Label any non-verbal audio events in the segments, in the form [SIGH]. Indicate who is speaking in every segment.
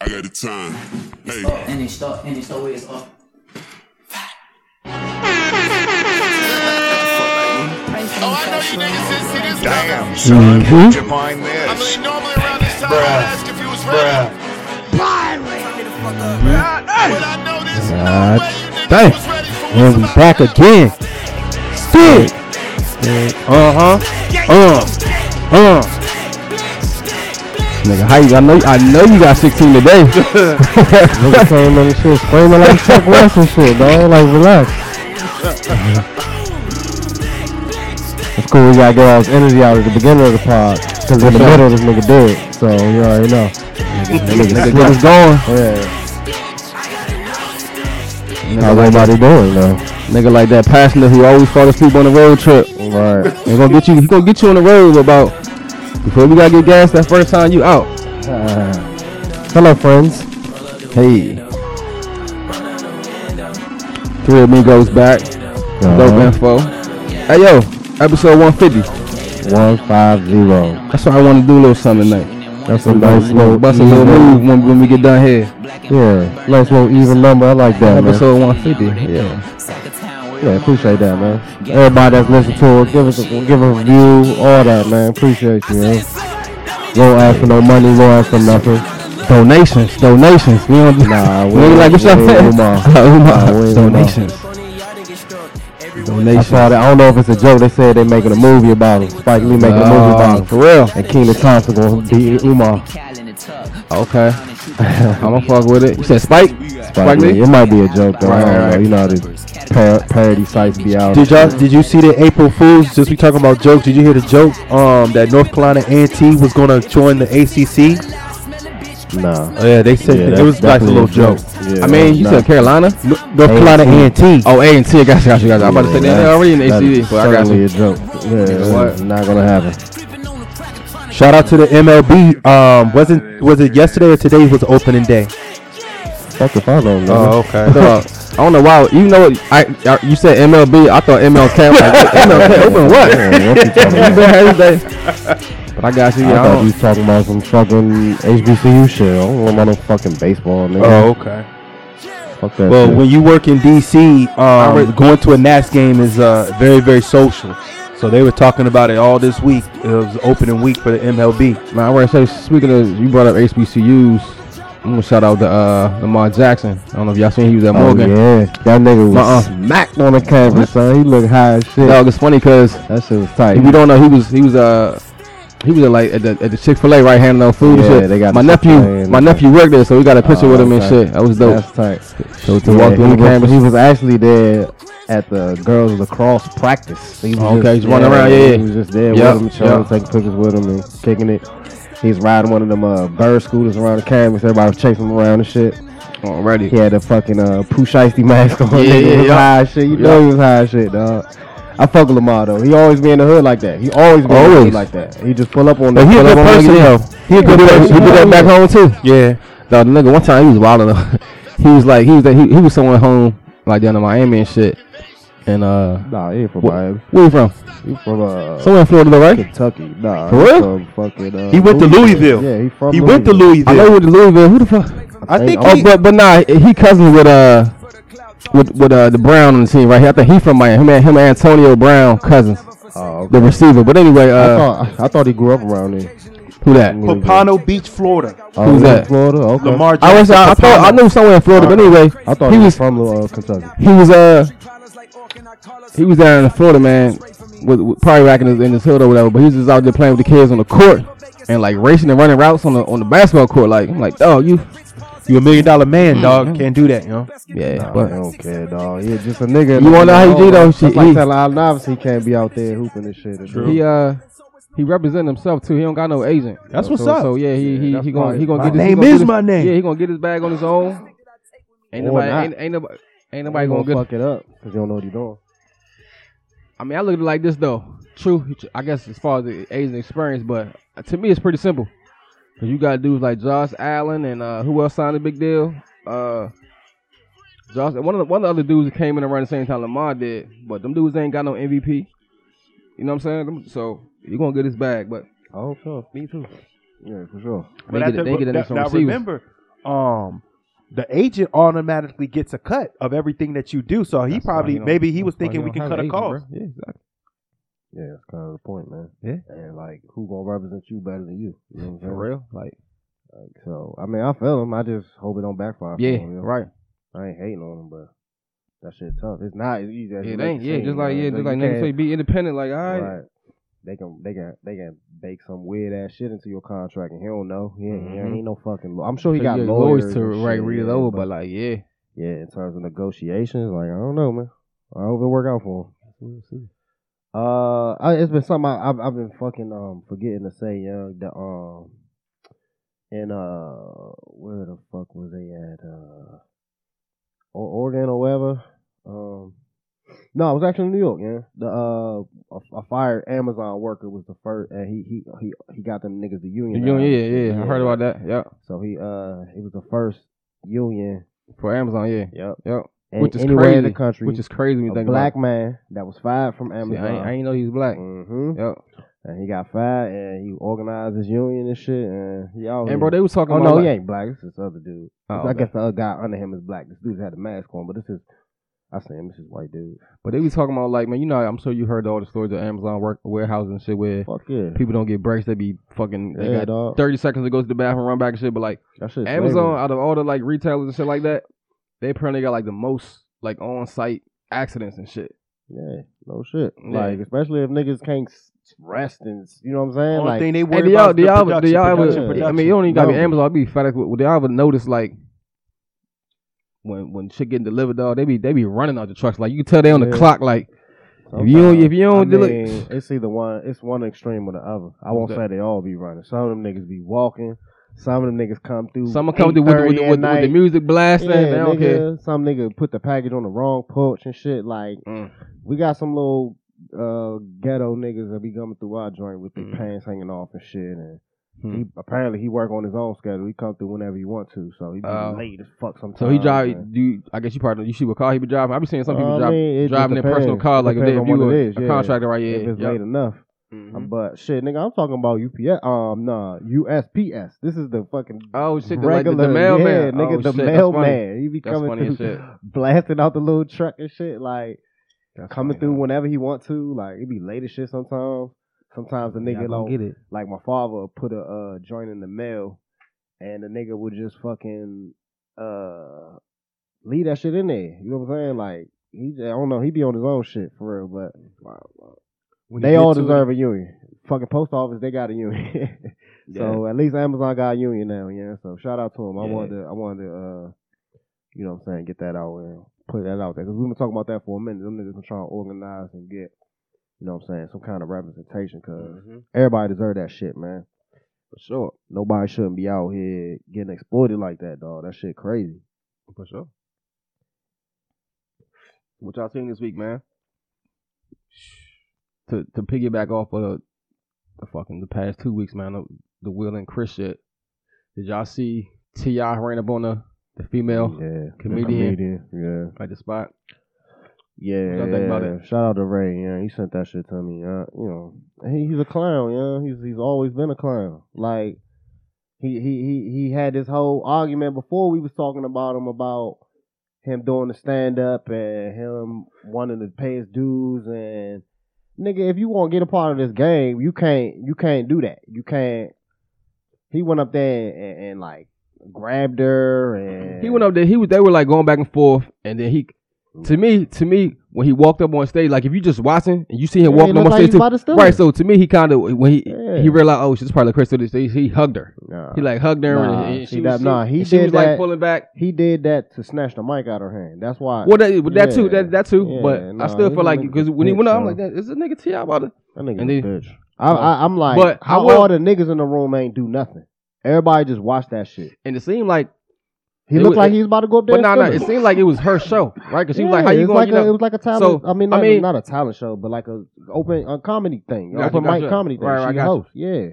Speaker 1: I got the time. Hey.
Speaker 2: Up and it's up and it's always up.
Speaker 3: Oh, I know you niggas didn't see this
Speaker 4: Damn,
Speaker 3: coming.
Speaker 5: Mm-hmm.
Speaker 4: son. Did you mind
Speaker 3: I
Speaker 4: this?
Speaker 3: mean, normally around this time,
Speaker 4: Bruh.
Speaker 3: I'd ask if you was ready.
Speaker 4: Bruh.
Speaker 3: But I know there's no
Speaker 6: God
Speaker 3: way you niggas
Speaker 6: damn.
Speaker 3: was ready for
Speaker 6: And
Speaker 3: what's
Speaker 6: we
Speaker 3: about
Speaker 6: back
Speaker 3: to happen.
Speaker 6: again. Stick.
Speaker 5: Uh-huh.
Speaker 6: Uh huh. Uh. Uh.
Speaker 5: Nigga, how you? I know, I know you got 16 today.
Speaker 6: [LAUGHS] Nigga came in and shit screaming like Chuck West and shit, dog. Like, relax.
Speaker 5: it's cool. We gotta get all this energy out at the beginning of the pod.
Speaker 6: Cause in the middle, this nigga dead. So, you already know.
Speaker 5: Nigga, what is going?
Speaker 6: Yeah.
Speaker 5: Nigga
Speaker 6: How's
Speaker 5: like, that,
Speaker 6: everybody doing, though?
Speaker 5: nigga like that passenger who always fall asleep on the road trip.
Speaker 6: Right.
Speaker 5: He gonna get you. He gonna get you on the road about before we gotta get gas that first time you out.
Speaker 6: [SIGHS] Hello, friends.
Speaker 5: Hey. Three amigos back. Dope
Speaker 6: Uh-huh.
Speaker 5: info. Hey yo, episode 150.
Speaker 6: 150.
Speaker 5: That's why I want to do a little something tonight.
Speaker 6: That's a nice little,
Speaker 5: Bust a little move when, when we get done here.
Speaker 6: Yeah, nice little even number. I like that, man.
Speaker 5: Episode 150. Yeah.
Speaker 6: Yeah, appreciate that, man. Everybody that's listening to it, give us a, give a review, all that, man. Appreciate you, man. Won't ask for no money, won't ask for nothing.
Speaker 5: Donations, donations. We don't do [LAUGHS]
Speaker 6: Nah, we
Speaker 5: Nigga, like
Speaker 6: ain't-
Speaker 5: what's up?
Speaker 6: we ain't with mine.
Speaker 5: [LAUGHS]
Speaker 6: Nah, we ain't with mine.
Speaker 5: Donations.
Speaker 6: I
Speaker 5: Donations.
Speaker 6: saw that. I don't know if it's a joke. They said they making a movie about him. Spike Lee making a movie about
Speaker 5: Nah,
Speaker 6: him.
Speaker 5: for real.
Speaker 6: And Keenan Thompson gonna be Umar.
Speaker 5: Okay. [LAUGHS] I'ma fuck with it. You said Spike? Spike Lee?
Speaker 6: It might be a joke though. I
Speaker 5: Right,
Speaker 6: don't
Speaker 5: right,
Speaker 6: know. You know how these par- parody sites be out.
Speaker 4: Did y'all did you see the April Fools? Since we talking about jokes, did you hear the joke um that North Carolina A&T was gonna join the ACC?
Speaker 6: Nah.
Speaker 4: Oh, yeah, they said
Speaker 6: Yeah,
Speaker 4: that- it
Speaker 6: that-
Speaker 4: was like a
Speaker 6: definitely
Speaker 4: little
Speaker 6: a joke.
Speaker 4: joke.
Speaker 6: Yeah,
Speaker 5: I mean, you
Speaker 6: nah.
Speaker 5: said Carolina?
Speaker 4: No- North Carolina
Speaker 6: A&T.
Speaker 4: A&T.
Speaker 5: Oh, A and T. Gotcha, gotcha, gotcha. I'm about to say
Speaker 6: Yeah,
Speaker 5: they're already in the
Speaker 6: that is
Speaker 5: ACD, but I got
Speaker 6: certainly
Speaker 5: you.
Speaker 6: a joke. Yeah,
Speaker 5: What?
Speaker 6: it's not gonna happen.
Speaker 4: Shout out to the MLB. Um, was it was it yesterday or today was opening day? Oh,
Speaker 6: Fuck if I don't know.
Speaker 5: Oh,
Speaker 4: okay.
Speaker 5: So, I don't know why. Even though I, I you said MLB, I thought MLK. I'm
Speaker 4: [LAUGHS]
Speaker 5: like, MLK open what?
Speaker 6: Yeah, what you talking
Speaker 5: You
Speaker 6: about?
Speaker 5: been here today. But I got you.
Speaker 6: I
Speaker 5: Yeah, I
Speaker 6: thought
Speaker 5: don't-
Speaker 6: you was talking about some fucking HBCU shit. I don't know about no fucking baseball, nigga.
Speaker 4: Oh, okay.
Speaker 6: Fuck that
Speaker 4: Well,
Speaker 6: shit.
Speaker 4: when you work in DC, um,
Speaker 5: read-
Speaker 4: going to a Nats game is uh, very, very social. So they were talking about it all this week. uh, It was opening week for the MLB.
Speaker 5: Man, I want to say, speaking of, you brought up HBCUs. I'm gonna shout out to uh, Lamar Jackson. I don't know if y'all seen he was at
Speaker 6: Oh,
Speaker 5: Morgan.
Speaker 6: yeah. That nigga was
Speaker 5: Uh-uh.
Speaker 6: smacked on the canvas, son. He looked high as shit.
Speaker 5: Dog, it's funny because
Speaker 6: That shit was tight.
Speaker 5: if you don't know, he was he was uh he was at, like at the, at the Chick Fil A right handing out food. and
Speaker 6: Yeah,
Speaker 5: shit.
Speaker 6: they got
Speaker 5: my
Speaker 6: the
Speaker 5: nephew.
Speaker 6: Chick-fil-A and
Speaker 5: My
Speaker 6: the-
Speaker 5: nephew worked there, so we got a picture
Speaker 6: Oh,
Speaker 5: with him and
Speaker 6: okay.
Speaker 5: shit. That was dope.
Speaker 6: That's tight.
Speaker 5: So to
Speaker 6: Yeah,
Speaker 5: walk
Speaker 6: he
Speaker 5: through the
Speaker 6: was-
Speaker 5: campus,
Speaker 6: He was actually there at the girls lacrosse practice. He was
Speaker 5: Oh, okay,
Speaker 6: just
Speaker 5: he's running
Speaker 6: there.
Speaker 5: around, yeah, yeah.
Speaker 6: He was just there
Speaker 5: Yep,
Speaker 6: with him, trying
Speaker 5: yep.
Speaker 6: to take pictures with him and kicking it. He's riding one of them uh, bird scooters around the campus. Everybody was chasing him around and shit.
Speaker 5: already.
Speaker 6: He had a fucking uh, Pooh Shiesty mask on.
Speaker 5: Yeah,
Speaker 6: Nigga, he
Speaker 5: yeah,
Speaker 6: was
Speaker 5: yeah.
Speaker 6: high as shit. You know he was high as shit, dog. I fuck with Lamar though. He always be in the hood like that. He always be in the hood
Speaker 5: Always.
Speaker 6: like that. He just pull up on.
Speaker 5: But
Speaker 6: the,
Speaker 5: he
Speaker 6: pull
Speaker 5: a
Speaker 6: up
Speaker 5: good
Speaker 6: on the
Speaker 5: person
Speaker 6: nigga.
Speaker 5: though. He a good
Speaker 6: Yeah,
Speaker 5: person. He did that
Speaker 6: yeah.
Speaker 5: back home too.
Speaker 4: Yeah.
Speaker 5: Dog, the nigga, one time he was wilding. he was like, he was like, [LAUGHS] he, he was somewhere home, like down in Miami and shit. And uh,
Speaker 6: Nah, he ain't from
Speaker 5: What-
Speaker 6: Miami.
Speaker 5: where you from?
Speaker 6: He from uh,
Speaker 5: Somewhere in Florida, though, right?
Speaker 6: Kentucky. Nah,
Speaker 5: For
Speaker 6: he
Speaker 5: real?
Speaker 6: from fucking. Uh,
Speaker 4: He went to Louisville.
Speaker 6: Yeah, he from.
Speaker 4: He went to
Speaker 5: I know
Speaker 4: Louisville.
Speaker 5: with Louisville. Who the fuck?
Speaker 4: I think
Speaker 5: Oh,
Speaker 4: he,
Speaker 5: but but nah, he cousins with uh with with uh the Brown on the team right here. I think he from Miami. Him and him and Antonio Brown cousins,
Speaker 6: Oh, okay.
Speaker 5: the receiver. But anyway,
Speaker 6: I
Speaker 5: uh,
Speaker 6: thought, I, I thought he grew up around there.
Speaker 5: who that?
Speaker 3: Papano Beach, Florida.
Speaker 6: Oh,
Speaker 5: Who's
Speaker 6: he's
Speaker 5: that?
Speaker 6: Florida. Okay.
Speaker 3: Lamar
Speaker 5: I was
Speaker 3: Jackson.
Speaker 5: I, I thought I knew somewhere in Florida, but anyway,
Speaker 6: Uh, I thought
Speaker 5: he was
Speaker 6: from uh, Kentucky.
Speaker 5: he was uh he was down in Florida, man, with, with probably back in his, in his hood or whatever. But he was just out there playing with the kids on the court and like racing and running routes on the on the basketball court. Like I'm like, dog, you
Speaker 4: you a million dollar
Speaker 5: Mm-hmm.
Speaker 4: man, dog. Can't do that, you know.
Speaker 5: yeah.
Speaker 6: Nah, I
Speaker 5: but
Speaker 6: don't care, dog. He's just a nigga.
Speaker 5: You wanna know how he do, though?
Speaker 6: That's
Speaker 5: Shit,
Speaker 6: like
Speaker 5: he-
Speaker 6: telling Al Novice he can't be out there hooping and shit. and
Speaker 5: he uh he represent himself too. He don't got no agent.
Speaker 4: That's what's
Speaker 5: so,
Speaker 4: up.
Speaker 5: So yeah, he he
Speaker 6: that's
Speaker 5: he gonna
Speaker 6: my-
Speaker 5: he gonna
Speaker 6: my
Speaker 5: get his, he
Speaker 4: name
Speaker 5: gonna
Speaker 4: is
Speaker 5: get his-
Speaker 4: my name.
Speaker 5: Yeah, he gonna get his bag on his own. Ain't
Speaker 6: Or
Speaker 5: nobody
Speaker 6: not.
Speaker 5: ain't, ain't nobody ain't
Speaker 6: do-
Speaker 5: nobody
Speaker 6: he
Speaker 5: gonna get
Speaker 6: fuck it up because you don't know what he's doing.
Speaker 5: I mean, I look at it like this though. True, I guess as far as the Asian experience, but to me, it's pretty simple. Cause you got dudes like Josh Allen and uh, who else signed a big deal? Uh, Josh, one of the, one of the other dudes that came in around the same time Lamar did, but them dudes ain't got no MVP. You know what I'm saying? Them- So you're gonna get his bag, but
Speaker 6: Oh, sure.
Speaker 5: me too.
Speaker 6: Yeah, for sure.
Speaker 5: They get,
Speaker 3: at
Speaker 5: they
Speaker 3: the-
Speaker 5: get in
Speaker 3: now-
Speaker 5: some
Speaker 3: now
Speaker 5: receivers.
Speaker 3: remember,
Speaker 6: um the agent automatically gets a cut of everything that you do. So he
Speaker 5: That's why
Speaker 6: probably
Speaker 5: you don't-
Speaker 6: maybe he was
Speaker 5: that's why
Speaker 6: thinking
Speaker 5: you
Speaker 6: we
Speaker 5: don't
Speaker 6: can
Speaker 5: have
Speaker 6: cut
Speaker 5: an
Speaker 6: a
Speaker 5: agent,
Speaker 6: cost.
Speaker 5: bruh. Yeah, exactly.
Speaker 3: Yeah, that's kind of the point, man.
Speaker 5: Yeah.
Speaker 3: And like, who gonna represent you better than you? You know what I'm
Speaker 5: For
Speaker 3: saying?
Speaker 5: real, like
Speaker 3: Like, so, I mean, I feel him. I just hope it don't backfire. for
Speaker 5: yeah,
Speaker 3: him, you know?
Speaker 5: right.
Speaker 3: I ain't hating on him, but that shit tough. It's not as easy as
Speaker 5: It
Speaker 3: make
Speaker 5: ain't. Yeah,
Speaker 3: seem,
Speaker 5: just like
Speaker 3: man.
Speaker 5: yeah,
Speaker 3: So
Speaker 5: just
Speaker 3: you
Speaker 5: like niggas
Speaker 3: can't-
Speaker 5: say, be independent. Like all right,
Speaker 3: Right. They can they can they can bake some weird ass shit into your contract and he don't know. He ain't, he
Speaker 5: Mhm.
Speaker 3: ain't no fucking. law- I'm sure he
Speaker 5: So
Speaker 3: got
Speaker 5: you
Speaker 3: lawyers,
Speaker 5: to
Speaker 3: and
Speaker 5: right
Speaker 3: shit,
Speaker 5: read it
Speaker 3: yeah,
Speaker 5: over, but like yeah,
Speaker 3: yeah, in terms of negotiations, like I don't know, man. I hope it work out for him.
Speaker 5: we'll see.
Speaker 3: Uh, I, it's been something I, I've I've been fucking um forgetting to say, young. The um, and uh, where the fuck was they at? Uh, O- Oregon or wherever. Um, no, it was actually in New York. Yeah, the uh, a, a fired Amazon worker was the first, and he he he he got them niggas the union.
Speaker 5: yeah, yeah, yeah. I heard about that. Yeah,
Speaker 3: So he uh, he was the first union.
Speaker 5: for Amazon. Yeah,
Speaker 3: Yep.
Speaker 5: yep.
Speaker 3: a-
Speaker 5: Which is
Speaker 3: anywhere in the
Speaker 5: crazy,
Speaker 3: country,
Speaker 5: Which is crazy when you
Speaker 3: a
Speaker 5: think
Speaker 3: black
Speaker 5: about.
Speaker 3: man that was fired from
Speaker 5: it.
Speaker 3: Amazon.
Speaker 5: See, I ain't, I ain't know he's black.
Speaker 3: Mm-hmm.
Speaker 5: Yep.
Speaker 3: And he got fired, and he organized his union and shit, and he always.
Speaker 5: And bro, they was talking
Speaker 3: oh
Speaker 5: about
Speaker 3: no,
Speaker 5: like,
Speaker 3: he ain't black. It's this other dude.
Speaker 5: Oh,
Speaker 3: I
Speaker 5: okay.
Speaker 3: guess the other guy under him is black. This dude's had a mask on, but this is. I see him. This is white dude.
Speaker 5: But they be talking about like, man, you know, I'm sure you heard all the stories of Amazon work warehouses and shit where
Speaker 3: Fuck yeah.
Speaker 5: people don't get breaks. They be fucking. They
Speaker 3: yeah,
Speaker 5: got
Speaker 3: dog.
Speaker 5: 30 seconds to go to the bathroom, run back and shit. But like
Speaker 3: That shit's
Speaker 5: Amazon, out of all the like retailers and shit like that, they apparently got like the most like on site accidents and shit.
Speaker 3: Yeah, no shit.
Speaker 5: Yeah.
Speaker 3: Like especially if niggas can't s- rest and s- you know what I'm saying.
Speaker 6: Only
Speaker 3: like
Speaker 6: thing they worry
Speaker 5: And do y'all,
Speaker 6: about
Speaker 5: do
Speaker 6: is the
Speaker 5: y'all, do
Speaker 6: production,
Speaker 5: y'all ever?
Speaker 6: production,
Speaker 5: I
Speaker 6: production.
Speaker 5: mean, you don't even got to be
Speaker 3: No.
Speaker 5: Amazon. I'd be FedEx. with- Would y'all ever notice like when when shit getting delivered, dog? They be they be running out the trucks. Like you can tell they on
Speaker 3: Yeah.
Speaker 5: the clock. Like if you don't, if you
Speaker 3: I
Speaker 5: don't do
Speaker 3: mean,
Speaker 5: it, [LAUGHS]
Speaker 3: it's either one. It's one extreme or the other. I won't
Speaker 5: Okay.
Speaker 3: say they all be running. Some of them niggas be walking. Some of them niggas come through.
Speaker 5: someone comes with, with,
Speaker 3: 8:30
Speaker 5: with,
Speaker 3: at
Speaker 5: with, with the
Speaker 3: night.
Speaker 5: music blasting.
Speaker 3: Yeah,
Speaker 5: they don't
Speaker 3: nigga,
Speaker 5: care.
Speaker 3: Some nigga put the package on the wrong porch and shit. Like
Speaker 5: Mm.
Speaker 3: we got some little uh, ghetto niggas that be coming through our joint with their
Speaker 5: Mm.
Speaker 3: pants hanging off and shit. And
Speaker 5: Hmm.
Speaker 3: he apparently he work on his own schedule. He come through whenever he want to. So he be
Speaker 5: Oh.
Speaker 3: late as fuck sometimes.
Speaker 5: So he drive.
Speaker 3: man.
Speaker 5: Do you, I guess you probably you see what car he be driving? I be seeing some people
Speaker 3: I
Speaker 5: drive,
Speaker 3: mean, it just
Speaker 5: driving their personal
Speaker 3: depends.
Speaker 5: car like if, they,
Speaker 3: Depends
Speaker 5: if
Speaker 3: on
Speaker 5: you
Speaker 3: what
Speaker 5: a,
Speaker 3: it is,
Speaker 5: a
Speaker 3: yeah.
Speaker 5: contractor right
Speaker 3: if
Speaker 5: here.
Speaker 3: it's late enough. Um,
Speaker 5: Mhm.
Speaker 3: But shit, nigga, I'm talking about UPS. Um, nah, USPS. This is the fucking
Speaker 5: Oh shit! The, like, the,
Speaker 3: regular
Speaker 5: the
Speaker 3: Yeah,
Speaker 5: mailman,
Speaker 3: nigga,
Speaker 5: oh,
Speaker 3: the
Speaker 5: shit, that's funny.
Speaker 3: mailman. He be
Speaker 5: That's funny
Speaker 3: coming
Speaker 5: as
Speaker 3: through,
Speaker 5: shit.
Speaker 3: blasting out the little truck and shit. Like
Speaker 5: That's
Speaker 3: coming
Speaker 5: funny,
Speaker 3: through
Speaker 5: huh?
Speaker 3: whenever he want to. Like it be late as shit sometimes. Sometimes the nigga
Speaker 5: Y'all gonna
Speaker 3: like
Speaker 5: get it.
Speaker 3: like my father would put a uh, joint in the mail, and the nigga would just fucking uh leave that shit in there. You know what I'm saying? Like he, I don't know. He be on his own shit for real, but
Speaker 6: When you
Speaker 3: they
Speaker 6: get
Speaker 3: all
Speaker 6: to it-
Speaker 3: deserve a union. Fucking post office, they got a union. [LAUGHS] so at least Amazon got a union now, yeah. So shout out to them. I
Speaker 5: Yeah.
Speaker 3: wanted to, I wanted to, uh, you know what I'm saying, get that out and put that out there because we've been talking about that for a minute. Them niggas been trying to organize and get, you know what I'm saying, some kind of representation because everybody deserve that shit, man.
Speaker 5: Mm-hmm. For sure,
Speaker 3: Nobody shouldn't be out here getting exploited like that, dog. That shit crazy.
Speaker 5: for sure. What y'all seen this week, man? To to piggyback off of the fucking the past two weeks, man, the, the Will and Chris shit. Did y'all see Ti ran up on the the female
Speaker 3: yeah,
Speaker 5: comedian.
Speaker 3: yeah.
Speaker 5: at the spot?
Speaker 3: Yeah,
Speaker 5: What y'all think about
Speaker 3: yeah.
Speaker 5: it?
Speaker 3: Shout out to Ray. Yeah, he sent that shit to me. Yeah, you know, he, he's a clown. Yeah, he's he's always been a clown. Like he he he he had this whole argument before we was talking about him about him doing the stand up and him wanting to pay his dues and nigga, if you want to get a part of this game, you can't you can't do that. You can't. He went up there and, and, and like grabbed her and
Speaker 5: He went up there. He was. They were like going back and forth, and then he. To me, to me, when he walked up on stage, like if you just watching and you see him
Speaker 3: Yeah, he
Speaker 5: walking up
Speaker 3: looked
Speaker 5: on
Speaker 3: like
Speaker 5: stage
Speaker 3: he about to
Speaker 5: too,
Speaker 3: steal
Speaker 5: right?
Speaker 3: it.
Speaker 5: So to me, he kind of when he
Speaker 3: Yeah.
Speaker 5: he realized, oh, she's probably Chris. So he, he hugged her.
Speaker 3: Nah.
Speaker 5: He like hugged her,
Speaker 3: Nah,
Speaker 5: and, and
Speaker 3: see
Speaker 5: she
Speaker 3: that-
Speaker 5: was,
Speaker 3: nah, he
Speaker 5: and she
Speaker 3: did
Speaker 5: was
Speaker 3: that-
Speaker 5: like pulling back.
Speaker 3: He did that to snatch the mic out of her hand. That's why.
Speaker 5: Well, that, but that too,
Speaker 3: Yeah.
Speaker 5: that that too.
Speaker 3: Yeah,
Speaker 5: but
Speaker 3: nah,
Speaker 5: I still
Speaker 3: he
Speaker 5: feel like
Speaker 3: was a
Speaker 5: because when he
Speaker 3: bitch,
Speaker 5: went out, I'm
Speaker 3: bro.
Speaker 5: like, that is a nigga Ti about it.
Speaker 3: That nigga's
Speaker 5: And
Speaker 3: a
Speaker 5: then-
Speaker 3: bitch. I, I, I'm like,
Speaker 5: But I
Speaker 3: how
Speaker 5: will-
Speaker 3: all the niggas in the room ain't do nothing? Everybody just watched that shit.
Speaker 5: And it seemed like,
Speaker 3: He
Speaker 5: It
Speaker 3: looked
Speaker 5: was-
Speaker 3: like he was about to go up there.
Speaker 5: but
Speaker 3: and
Speaker 5: no, no,
Speaker 3: steal
Speaker 5: it seemed like it was her show, right? Because she was like, how
Speaker 3: Yeah,
Speaker 5: you
Speaker 3: it's
Speaker 5: going?
Speaker 3: Like
Speaker 5: you
Speaker 3: a,
Speaker 5: know?
Speaker 3: it was like a talent. I mean,
Speaker 5: I
Speaker 3: not,
Speaker 5: mean-
Speaker 3: not a talent show, but like a open a comedy thing,
Speaker 5: Gotcha,
Speaker 3: open mic
Speaker 5: gotcha.
Speaker 3: comedy thing.
Speaker 5: Right, right,
Speaker 3: she
Speaker 5: gotcha.
Speaker 3: host, yeah.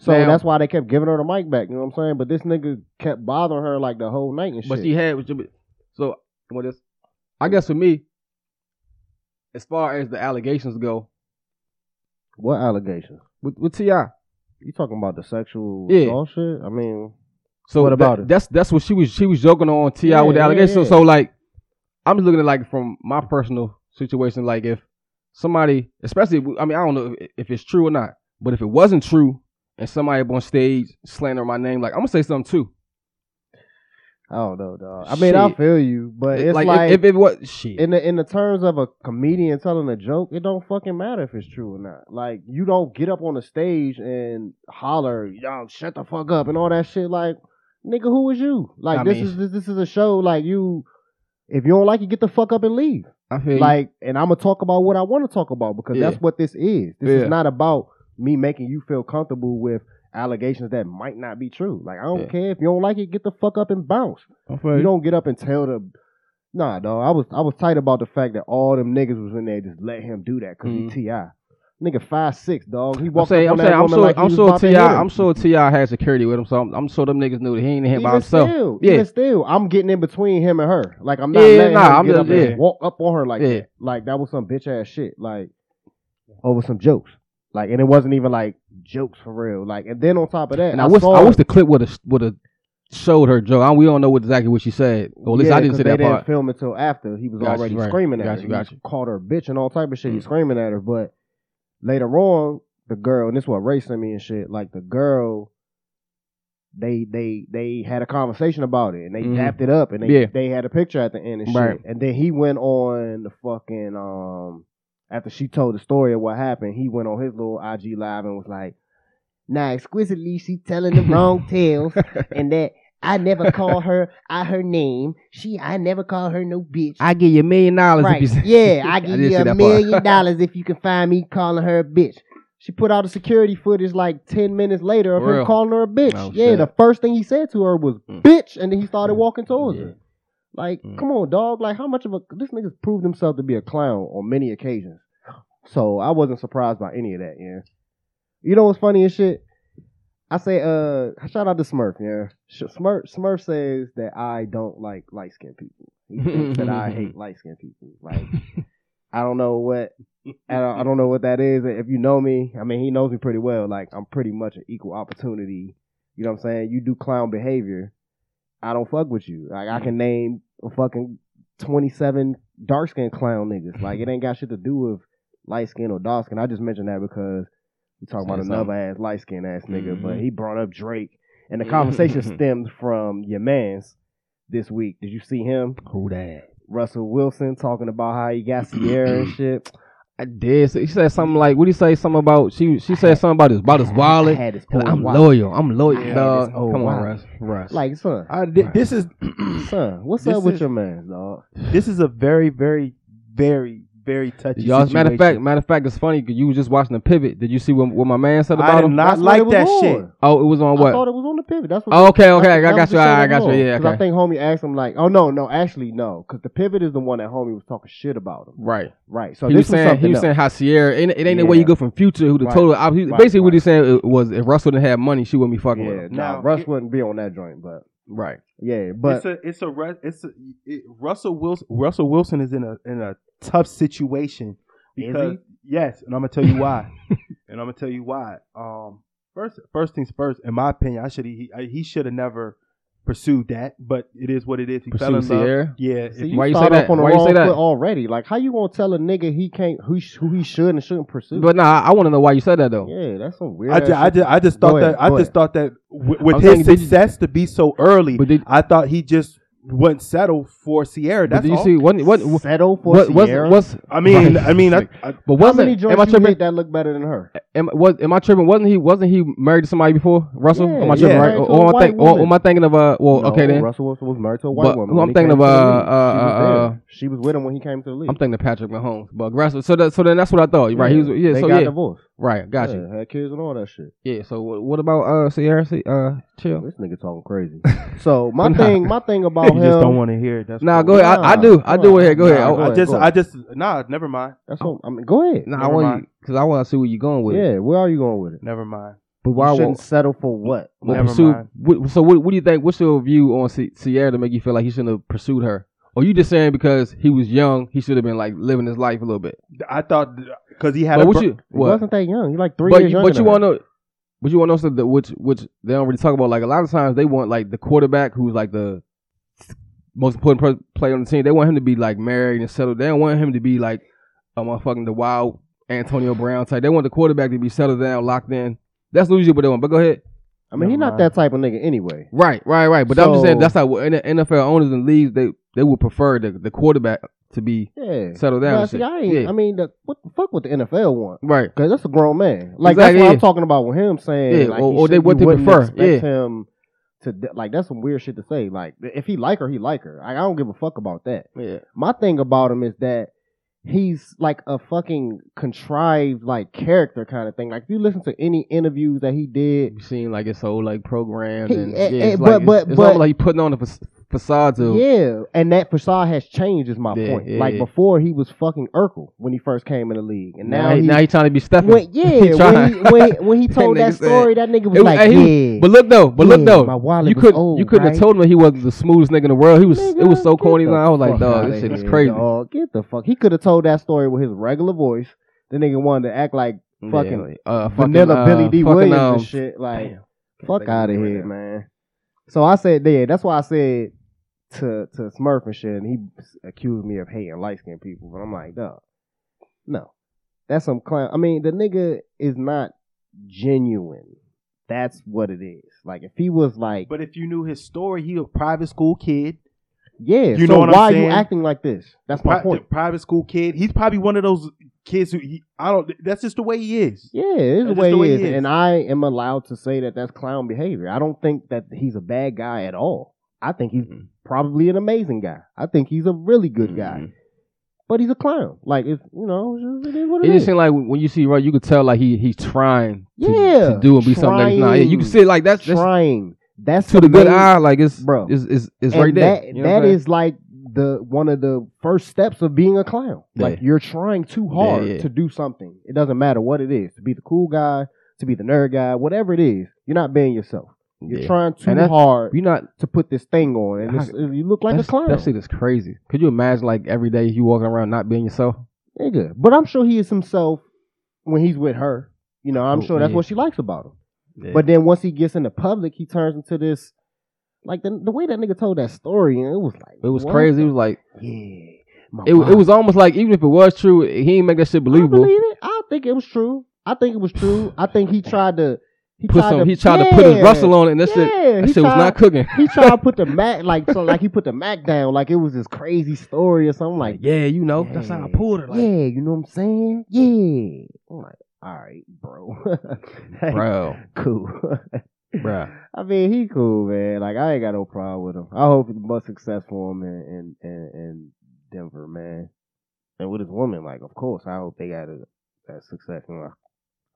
Speaker 3: So
Speaker 5: Now-
Speaker 3: that's why they kept giving her the mic back. You know what I'm saying? But this nigga kept bothering her like the whole night and shit.
Speaker 5: But she had what you- so what is I guess for me, as far as the allegations go,
Speaker 3: what allegations?
Speaker 5: with with Ti,
Speaker 3: You talking about the sexual
Speaker 5: Yeah.
Speaker 3: assault shit? I mean,
Speaker 5: So
Speaker 3: What about it?
Speaker 5: That's that's what she was she was joking on Ti
Speaker 3: Yeah,
Speaker 5: with the
Speaker 3: yeah,
Speaker 5: allegation. So,
Speaker 3: yeah.
Speaker 5: so, like I'm just looking at like from my personal situation, like if somebody, especially I mean I don't know if, if it's true or not, but if it wasn't true and somebody up on stage slander my name, like I'm gonna say something too.
Speaker 3: I don't know, dog. I mean, I
Speaker 5: Shit.
Speaker 3: feel you, but it's like,
Speaker 5: like, if, if it was shit,
Speaker 3: in the in the terms of a comedian telling a joke, it don't fucking matter if it's true or not. Like you don't get up on the stage and holler, "Yo, shut the fuck up" and all that shit. Like, nigga, who is you? Like
Speaker 5: I
Speaker 3: this
Speaker 5: mean-
Speaker 3: is this, this is a show. Like you, if you don't like it, get the fuck up and leave.
Speaker 5: I feel like
Speaker 3: Like, and I'm gonna talk about what I want to talk about because
Speaker 5: Yeah.
Speaker 3: that's what this is. This
Speaker 5: Yeah.
Speaker 3: is not about me making you feel comfortable with allegations that might not be true. Like, I don't
Speaker 5: Yeah.
Speaker 3: care if you don't like it, get the fuck up and bounce. You don't get up and tell the. Nah, dog. I was I was tight about the fact that all them niggas was in there just let him do that because
Speaker 5: Mhm.
Speaker 3: he ti. Nigga five six dog. He
Speaker 5: I'm
Speaker 3: walked
Speaker 5: saying,
Speaker 3: up
Speaker 5: I'm
Speaker 3: on
Speaker 5: saying,
Speaker 3: that
Speaker 5: I'm
Speaker 3: woman
Speaker 5: sure,
Speaker 3: like he
Speaker 5: I'm
Speaker 3: was
Speaker 5: sure
Speaker 3: about to
Speaker 5: Ti,
Speaker 3: hit him.
Speaker 5: I'm sure Ti had security with him, so I'm, I'm sure them niggas knew that he ain't hit by
Speaker 3: Even
Speaker 5: himself.
Speaker 3: still,
Speaker 5: yeah,
Speaker 3: even still, I'm getting in between him and her. Like I'm not
Speaker 5: Yeah,
Speaker 3: letting
Speaker 5: nah,
Speaker 3: him
Speaker 5: I'm
Speaker 3: get
Speaker 5: just-
Speaker 3: up and
Speaker 5: yeah.
Speaker 3: walk up on her like
Speaker 5: Yeah.
Speaker 3: that. Like that was some bitch ass shit. Like over some jokes. Like and it wasn't even like jokes for real. Like and then on top of that,
Speaker 5: and I wish,
Speaker 3: saw
Speaker 5: I wish the clip would have, would have showed her joke. I, we don't know what exactly what she said. Well, at least
Speaker 3: Yeah,
Speaker 5: I didn't
Speaker 3: 'cause
Speaker 5: see
Speaker 3: they
Speaker 5: that
Speaker 3: didn't
Speaker 5: part.
Speaker 3: film until after he was
Speaker 5: Got you,
Speaker 3: already
Speaker 5: right.
Speaker 3: screaming at
Speaker 5: Got
Speaker 3: her.
Speaker 5: you, got
Speaker 3: He
Speaker 5: you.
Speaker 3: called her a bitch and all type of shit.
Speaker 5: Mm.
Speaker 3: He's screaming at her, but later on, the girl and this what racing me and shit. Like the girl, they they they had a conversation about it and they
Speaker 5: Mhm.
Speaker 3: dapped it up and they
Speaker 5: Yeah.
Speaker 3: they had a picture at the end and shit.
Speaker 5: Right.
Speaker 3: And then he went on the fucking um after she told the story of what happened, he went on his little IG live and was like, "Now exquisitely, she telling the
Speaker 5: [LAUGHS]
Speaker 3: wrong tales, and that I never call her I her name. She I never call her no bitch.
Speaker 5: I give you a million dollars.
Speaker 3: right?
Speaker 5: If you say, [LAUGHS]
Speaker 3: Yeah, I
Speaker 5: I
Speaker 3: give
Speaker 5: didn't
Speaker 3: you
Speaker 5: see
Speaker 3: a
Speaker 5: that part. [LAUGHS]
Speaker 3: million dollars if you can find me calling her a bitch." She put out the security footage like ten minutes later of
Speaker 5: For
Speaker 3: him
Speaker 5: real?
Speaker 3: calling her a bitch.
Speaker 5: Oh,
Speaker 3: yeah,
Speaker 5: shit.
Speaker 3: the first thing he said to her was
Speaker 5: Mm.
Speaker 3: bitch, and then he started
Speaker 5: Mm.
Speaker 3: walking towards
Speaker 5: Yeah.
Speaker 3: her. Like,
Speaker 5: Mm.
Speaker 3: come on, dog. Like, how much of a this nigga's proved himself to be a clown on many occasions. So I wasn't surprised by any of that, yeah. You know what's funny as shit? I say, uh, shout out to Smurf, yeah. Sh- Smurf Smurf says that I don't like light skinned people. He thinks that I hate light skinned people. Like, I don't know what I don't, I don't know what that is. If you know me, I mean, he knows me pretty well. Like, I'm pretty much an equal opportunity. You know what I'm saying? You do clown behavior. I don't fuck with you. Like, I can name a fucking 27 dark skinned clown niggas. Like, it ain't got shit to do with light skin or dark skin. I just mentioned that because we talking about
Speaker 5: Saying
Speaker 3: another ass light skinned ass nigga, but
Speaker 5: Mhm.
Speaker 3: he brought up Drake. And the conversation stemmed from your man's this week. Did you see him?
Speaker 5: Who that?
Speaker 3: Russell Wilson talking about how he got Sierra and shit.
Speaker 5: I did. So he said something like, "What did he say? Something about she? She said something about his about his wallet.
Speaker 3: I had his
Speaker 5: He like,
Speaker 3: old
Speaker 5: I'm
Speaker 3: wallet.
Speaker 5: loyal. I'm
Speaker 3: I
Speaker 5: loyal,
Speaker 3: had
Speaker 5: dog.
Speaker 3: his old
Speaker 5: Come on,
Speaker 3: wallet.
Speaker 5: Russ. Russ.
Speaker 3: Like, son,
Speaker 4: I did, this is
Speaker 3: son, what's
Speaker 4: This
Speaker 3: up with
Speaker 4: is-
Speaker 3: your man, dog?
Speaker 4: this is a very very very very touchy.
Speaker 5: Y'all, as a matter of fact,
Speaker 4: situation.
Speaker 5: matter of fact, it's funny because you was just watching the pivot. Did you see what, what my man said about
Speaker 4: I did
Speaker 5: him?
Speaker 4: not
Speaker 3: That's what it
Speaker 4: like
Speaker 3: was
Speaker 4: that
Speaker 3: on.
Speaker 4: shit.
Speaker 5: Oh, it was on
Speaker 3: I
Speaker 5: what?
Speaker 3: thought it was on the pivot. That's what.
Speaker 5: Oh, okay, okay, I
Speaker 3: that
Speaker 5: got
Speaker 3: was the show
Speaker 5: you. I
Speaker 3: that
Speaker 5: got
Speaker 3: was
Speaker 5: you.
Speaker 3: on.
Speaker 5: Yeah,
Speaker 3: 'Cause I
Speaker 5: okay.
Speaker 3: think homie asked him like, oh no, no, actually no, because the pivot is the one that homie was talking shit about him.
Speaker 5: Right.
Speaker 3: Right. So
Speaker 5: he
Speaker 3: this
Speaker 5: was saying
Speaker 3: something
Speaker 5: he was
Speaker 3: else.
Speaker 5: saying how Sierra it ain't, it ain't the way you
Speaker 3: Yeah.
Speaker 5: go from Future who the
Speaker 3: Right.
Speaker 5: total opposite.
Speaker 3: Right,
Speaker 5: Basically, what
Speaker 3: right.
Speaker 5: he saying was if Russell didn't have money, she wouldn't be fucking with
Speaker 3: yeah,
Speaker 5: him.
Speaker 3: nah,
Speaker 4: Now,
Speaker 3: Russ
Speaker 4: it-
Speaker 3: wouldn't be on that joint, but
Speaker 5: Right.
Speaker 3: yeah, but
Speaker 4: it's a it's a Ru- it's a it, Russell Wilson Russell Wilson is in a in a tough situation
Speaker 3: Is
Speaker 4: because yes, and I'm gonna tell you why, [LAUGHS] and I'm gonna tell you why. Um, first first things first, in my opinion, I should he I- he should have never pursued that, but it is what it is. He fell
Speaker 5: Pursue
Speaker 4: in love.
Speaker 5: Sierra.
Speaker 4: Yeah, if
Speaker 3: see,
Speaker 4: you-
Speaker 3: you
Speaker 5: why you say
Speaker 3: start
Speaker 5: that?
Speaker 3: off on the
Speaker 5: Why you say
Speaker 3: wrong
Speaker 5: that?
Speaker 3: foot already. Like, how you gonna tell a nigga he can't who sh- who he should and shouldn't pursue?
Speaker 5: But nah, I want to know why you said that though.
Speaker 3: yeah, that's some weird.
Speaker 4: I,
Speaker 3: ass
Speaker 4: ju- I,
Speaker 3: shit.
Speaker 4: ju- I just
Speaker 3: Go
Speaker 4: thought
Speaker 3: ahead,
Speaker 4: that I
Speaker 3: go
Speaker 4: just
Speaker 3: ahead.
Speaker 4: thought that with, with
Speaker 5: I'm
Speaker 4: his
Speaker 5: saying, did you-
Speaker 4: success to be so early,
Speaker 5: But did,
Speaker 4: I thought he just wouldn't settle for Sierra.
Speaker 5: but
Speaker 4: That's
Speaker 5: did you
Speaker 4: all.
Speaker 5: see what what what
Speaker 3: settle for
Speaker 5: what what's,
Speaker 3: Sierra?
Speaker 5: what's
Speaker 4: I mean, I mean, I, I,
Speaker 5: but
Speaker 3: how
Speaker 5: wasn't
Speaker 3: many
Speaker 5: am
Speaker 3: joints
Speaker 5: I
Speaker 3: you
Speaker 5: tripping?
Speaker 3: hit that look better than her?
Speaker 5: Am, was am I tripping? Wasn't he wasn't he married to somebody before Russell?
Speaker 3: Yeah,
Speaker 5: am I
Speaker 4: he
Speaker 5: tripping? Right?
Speaker 4: was
Speaker 3: married
Speaker 5: Or,
Speaker 3: to a
Speaker 5: or am I
Speaker 3: white
Speaker 5: think, or,
Speaker 3: woman.
Speaker 5: am I thinking of uh? Well,
Speaker 3: No,
Speaker 5: okay then.
Speaker 3: Russell Wilson was married to a white
Speaker 5: But
Speaker 3: woman.
Speaker 5: who
Speaker 3: when
Speaker 5: I'm
Speaker 3: he
Speaker 5: thinking
Speaker 3: came to
Speaker 5: of,
Speaker 3: the
Speaker 5: uh,
Speaker 3: league. she
Speaker 5: uh,
Speaker 3: was
Speaker 5: uh, uh,
Speaker 3: there. She was with him when he came to the league.
Speaker 5: I'm thinking of Patrick Mahomes, but Russell. So that so then that's what I thought. Right. He was yeah.
Speaker 3: They
Speaker 5: so
Speaker 3: got
Speaker 5: yeah.
Speaker 3: divorced.
Speaker 5: Right. Got you.
Speaker 3: Yeah, had kids and all that shit.
Speaker 5: Yeah. So what, what about uh Sierra? Si- Uh, chill.
Speaker 3: This nigga talking crazy. So my
Speaker 5: Nah.
Speaker 3: thing, my thing about
Speaker 4: you
Speaker 3: him.
Speaker 4: just don't want to hear it. That's
Speaker 5: Nah,
Speaker 4: cool.
Speaker 5: go ahead. I, I
Speaker 3: Nah,
Speaker 5: do. I
Speaker 3: go
Speaker 5: do.
Speaker 3: on.
Speaker 5: Ahead. Go ahead.
Speaker 3: Nah,
Speaker 5: I-
Speaker 3: go
Speaker 4: Oh, I
Speaker 3: ahead,
Speaker 4: just,
Speaker 3: go
Speaker 4: I just, nah, never mind,
Speaker 3: That's what I mean. Go ahead.
Speaker 5: Nah, I
Speaker 4: Never
Speaker 5: want
Speaker 4: mind.
Speaker 5: you because I want to see where you're going with it.
Speaker 3: Yeah, where are you going with it?
Speaker 4: never mind.
Speaker 5: But
Speaker 3: You
Speaker 5: why
Speaker 3: shouldn't
Speaker 5: won't?
Speaker 3: settle for what?
Speaker 5: won't
Speaker 4: Never
Speaker 5: pursue,
Speaker 4: mind.
Speaker 5: What, so what? What do you think? What's your view on Si- Sierra to make you feel like he shouldn't have pursued her? Or you just saying because he was young, he should have been like living his life a little bit.
Speaker 4: I thought because he had
Speaker 5: But
Speaker 4: a
Speaker 5: what
Speaker 4: bur-
Speaker 5: you?
Speaker 3: He
Speaker 5: What?
Speaker 3: wasn't that young. He like three
Speaker 5: But
Speaker 3: years
Speaker 5: you,
Speaker 3: younger.
Speaker 5: but you
Speaker 3: than her.
Speaker 5: want to? But you want to know something that- which which they don't really talk about. Like a lot of times they want like the quarterback who's like the most important per- player on the team. They want him to be like married and settled. They don't want him to be like a motherfucking the wild Antonio Brown type. They want the quarterback to be settled down, locked in. That's usually what they want. But go ahead.
Speaker 3: I mean, he's not that type of nigga anyway.
Speaker 5: Right, right, right. But I'm just saying
Speaker 3: So-
Speaker 5: that's how in the NFL owners and leagues they they would prefer the, the quarterback to be
Speaker 3: Yeah.
Speaker 5: settled down.
Speaker 3: Nah,
Speaker 5: and
Speaker 3: see,
Speaker 5: shit.
Speaker 3: I, ain't,
Speaker 5: yeah.
Speaker 3: I mean, the, what the fuck would the NFL want?
Speaker 5: right.
Speaker 3: Because that's a grown man. Like that's
Speaker 5: Exactly,
Speaker 3: what
Speaker 5: yeah.
Speaker 3: I'm talking about with him saying.
Speaker 5: Yeah,
Speaker 3: like,
Speaker 5: or-
Speaker 3: he
Speaker 5: or they-
Speaker 3: should-
Speaker 5: what
Speaker 3: you
Speaker 5: they
Speaker 3: wouldn't
Speaker 5: prefer,
Speaker 3: Expect him to d- like that's some weird shit to say. Like if he like her, he like her. Like, I don't give a fuck about that.
Speaker 5: Yeah.
Speaker 3: My thing about him is that he's like a fucking contrived like character kind of thing. Like if you listen to any interviews that he did,
Speaker 5: You seem like it's so like programmed
Speaker 3: He-
Speaker 5: and yeah,
Speaker 3: eh, eh,
Speaker 5: it's
Speaker 3: but-
Speaker 5: like,
Speaker 3: but-
Speaker 5: it's, it's
Speaker 3: but-
Speaker 5: almost like you putting on a fa- facade to
Speaker 3: yeah, and that facade has changed. Is my
Speaker 5: Yeah,
Speaker 3: point.
Speaker 5: yeah,
Speaker 3: like
Speaker 5: yeah.
Speaker 3: before, he was fucking Urkel when he first came in the league, and now,
Speaker 5: now, he,
Speaker 3: he,
Speaker 5: now [LAUGHS] he trying to be Stephen.
Speaker 3: when, yeah, when, he,
Speaker 5: trying.
Speaker 3: when, he- when he told
Speaker 5: [LAUGHS] That
Speaker 3: that
Speaker 5: nigga said-
Speaker 3: story, that nigga was
Speaker 5: It was-
Speaker 3: like,
Speaker 5: hey, he-
Speaker 3: yeah.
Speaker 5: But look though, but look
Speaker 3: Yeah,
Speaker 5: though,
Speaker 3: my wallet
Speaker 5: you
Speaker 3: was
Speaker 5: could
Speaker 3: old,
Speaker 5: you couldn't have
Speaker 3: right?
Speaker 5: told him he wasn't the smoothest nigga in the world. He was it was
Speaker 3: Nigga,
Speaker 5: so
Speaker 3: get
Speaker 5: corny.
Speaker 3: the
Speaker 5: and I was like,
Speaker 3: fuck
Speaker 5: dog,
Speaker 3: outta
Speaker 5: this shit is
Speaker 3: here,
Speaker 5: crazy.
Speaker 3: dog. Get the fuck. He could have told that story with his regular voice. The nigga wanted to act like
Speaker 5: Yeah,
Speaker 3: fucking
Speaker 5: uh, fucking,
Speaker 3: Vanilla
Speaker 5: uh,
Speaker 3: Billy D
Speaker 5: fucking,
Speaker 3: Williams
Speaker 5: um,
Speaker 3: and shit. Like,
Speaker 5: damn.
Speaker 3: fuck out of here, man. So I said, yeah, that's why I said to to Smurf and shit, and he s- accused me of hating light skinned people, but I'm like, no, no, that's some clown. I mean, the nigga is not genuine. That's what it is. Like, if he was like,
Speaker 4: But if you knew his story, he a private school kid.
Speaker 3: yeah,
Speaker 4: You
Speaker 3: so
Speaker 4: know what I'm
Speaker 3: why you
Speaker 4: saying?
Speaker 3: acting like this? That's my
Speaker 4: Pri-
Speaker 3: point.
Speaker 4: Private school kid. He's probably one of those kids who he, I don't. That's just the way he is.
Speaker 3: Yeah, it is
Speaker 4: That's
Speaker 3: the
Speaker 4: just
Speaker 3: way,
Speaker 4: the way
Speaker 3: it is.
Speaker 4: he is.
Speaker 3: And I am allowed to say that that's clown behavior. I don't think that he's a bad guy at all. I think he's probably an amazing guy. I think he's a really good
Speaker 5: Mm-hmm.
Speaker 3: guy. But he's a clown. Like, it's, you know, it's just- it is what
Speaker 5: It
Speaker 3: it
Speaker 5: just
Speaker 3: is.
Speaker 5: seemed like when you see Roy, you could tell like he he's trying to,
Speaker 3: Yeah,
Speaker 5: to do and be something that he's not. Yeah, you can
Speaker 3: trying.
Speaker 5: see like that's, that's
Speaker 3: Trying. That's
Speaker 5: to the good
Speaker 3: amazing.
Speaker 5: eye, like it's
Speaker 3: Bro.
Speaker 5: it's it's, it's
Speaker 3: And
Speaker 5: right there.
Speaker 3: That,
Speaker 5: You know what I'm
Speaker 3: that
Speaker 5: saying?
Speaker 3: is like the one of the first steps of being a clown. Like
Speaker 5: Yeah.
Speaker 3: you're trying too hard
Speaker 5: yeah.
Speaker 3: to do something. It doesn't matter what it is. To be the cool guy, to be the nerd guy, whatever it is, you're not being yourself. You're
Speaker 5: Yeah.
Speaker 3: trying too
Speaker 5: And that's-
Speaker 3: hard
Speaker 5: You're not
Speaker 3: to put this thing on, and it's, you look like a
Speaker 5: that's,
Speaker 3: clown,
Speaker 5: That shit is crazy. Could you imagine like every day you walking around not being yourself?
Speaker 3: nigga. But I'm sure he is himself when he's with her. You know, I'm
Speaker 5: Oh,
Speaker 3: sure that's
Speaker 5: yeah.
Speaker 3: what she likes about him. But then once he gets into public, he turns into this. Like the, the way that nigga told that story, and it was like
Speaker 5: It was
Speaker 3: what
Speaker 5: crazy. It
Speaker 3: the-
Speaker 5: was like
Speaker 3: yeah, my
Speaker 5: it, it
Speaker 3: wife.
Speaker 5: was almost like even if it was true, he ain't make that shit
Speaker 3: I
Speaker 5: believable.
Speaker 3: believe it. I think it was true. I think it was true. I think he tried to. He
Speaker 5: Put
Speaker 3: tried
Speaker 5: some,
Speaker 3: to,
Speaker 5: he tried to put his
Speaker 3: Yeah.
Speaker 5: rustle on it, and that shit,
Speaker 3: Yeah,
Speaker 5: that
Speaker 3: he
Speaker 5: shit was
Speaker 3: tried-
Speaker 5: not cooking.
Speaker 3: He tried to put the Mac like so like he put the Mac down like it was this crazy story or something [LAUGHS] like
Speaker 5: yeah, you know,
Speaker 3: yeah,
Speaker 5: that's how I pulled it. Like,
Speaker 3: yeah, you know what I'm saying? Yeah. I'm like, all right, bro. [LAUGHS] Like,
Speaker 5: [LAUGHS] bro,
Speaker 3: Cool. [LAUGHS]
Speaker 5: bro.
Speaker 3: I mean, he cool, man. Like I ain't got no problem with him. I hope it's more success for him in in, in, in Denver, man. And with his woman, like of course, I hope they got a, that success. And like,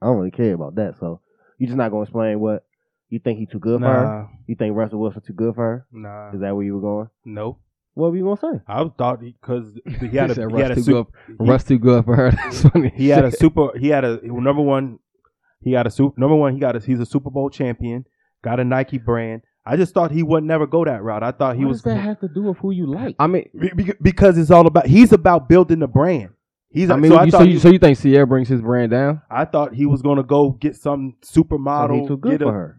Speaker 3: I don't really care about that. So you just not gonna explain what you think he too good for her.
Speaker 4: Nah,
Speaker 3: You think Russell Wilson too good for
Speaker 4: nah,
Speaker 3: her? Is that where you were going?
Speaker 4: no.
Speaker 3: What were you gonna say?
Speaker 4: I thought because he,
Speaker 5: [LAUGHS]
Speaker 4: had
Speaker 5: said
Speaker 4: a he
Speaker 5: Russ
Speaker 4: had a
Speaker 5: too
Speaker 4: super,
Speaker 5: good. Russ too good for her. [LAUGHS] That's funny.
Speaker 4: he had a
Speaker 5: shit.
Speaker 4: super he had a number one he got a super number one he got a he's a Super Bowl champion got a Nike brand. I just thought he would never go that route. I thought he
Speaker 3: what
Speaker 4: was
Speaker 3: does that [LAUGHS] have to do with who you like?
Speaker 5: I mean,
Speaker 4: Be- be- because it's all about he's about building the brand. He's
Speaker 5: I mean,
Speaker 4: so
Speaker 5: you,
Speaker 4: I
Speaker 5: so,
Speaker 4: thought
Speaker 5: you,
Speaker 4: he,
Speaker 5: so you think Sierra brings his brand down?
Speaker 4: I thought he was gonna go get some
Speaker 3: So
Speaker 4: supermodel.
Speaker 3: he too good
Speaker 4: get a-
Speaker 3: for her.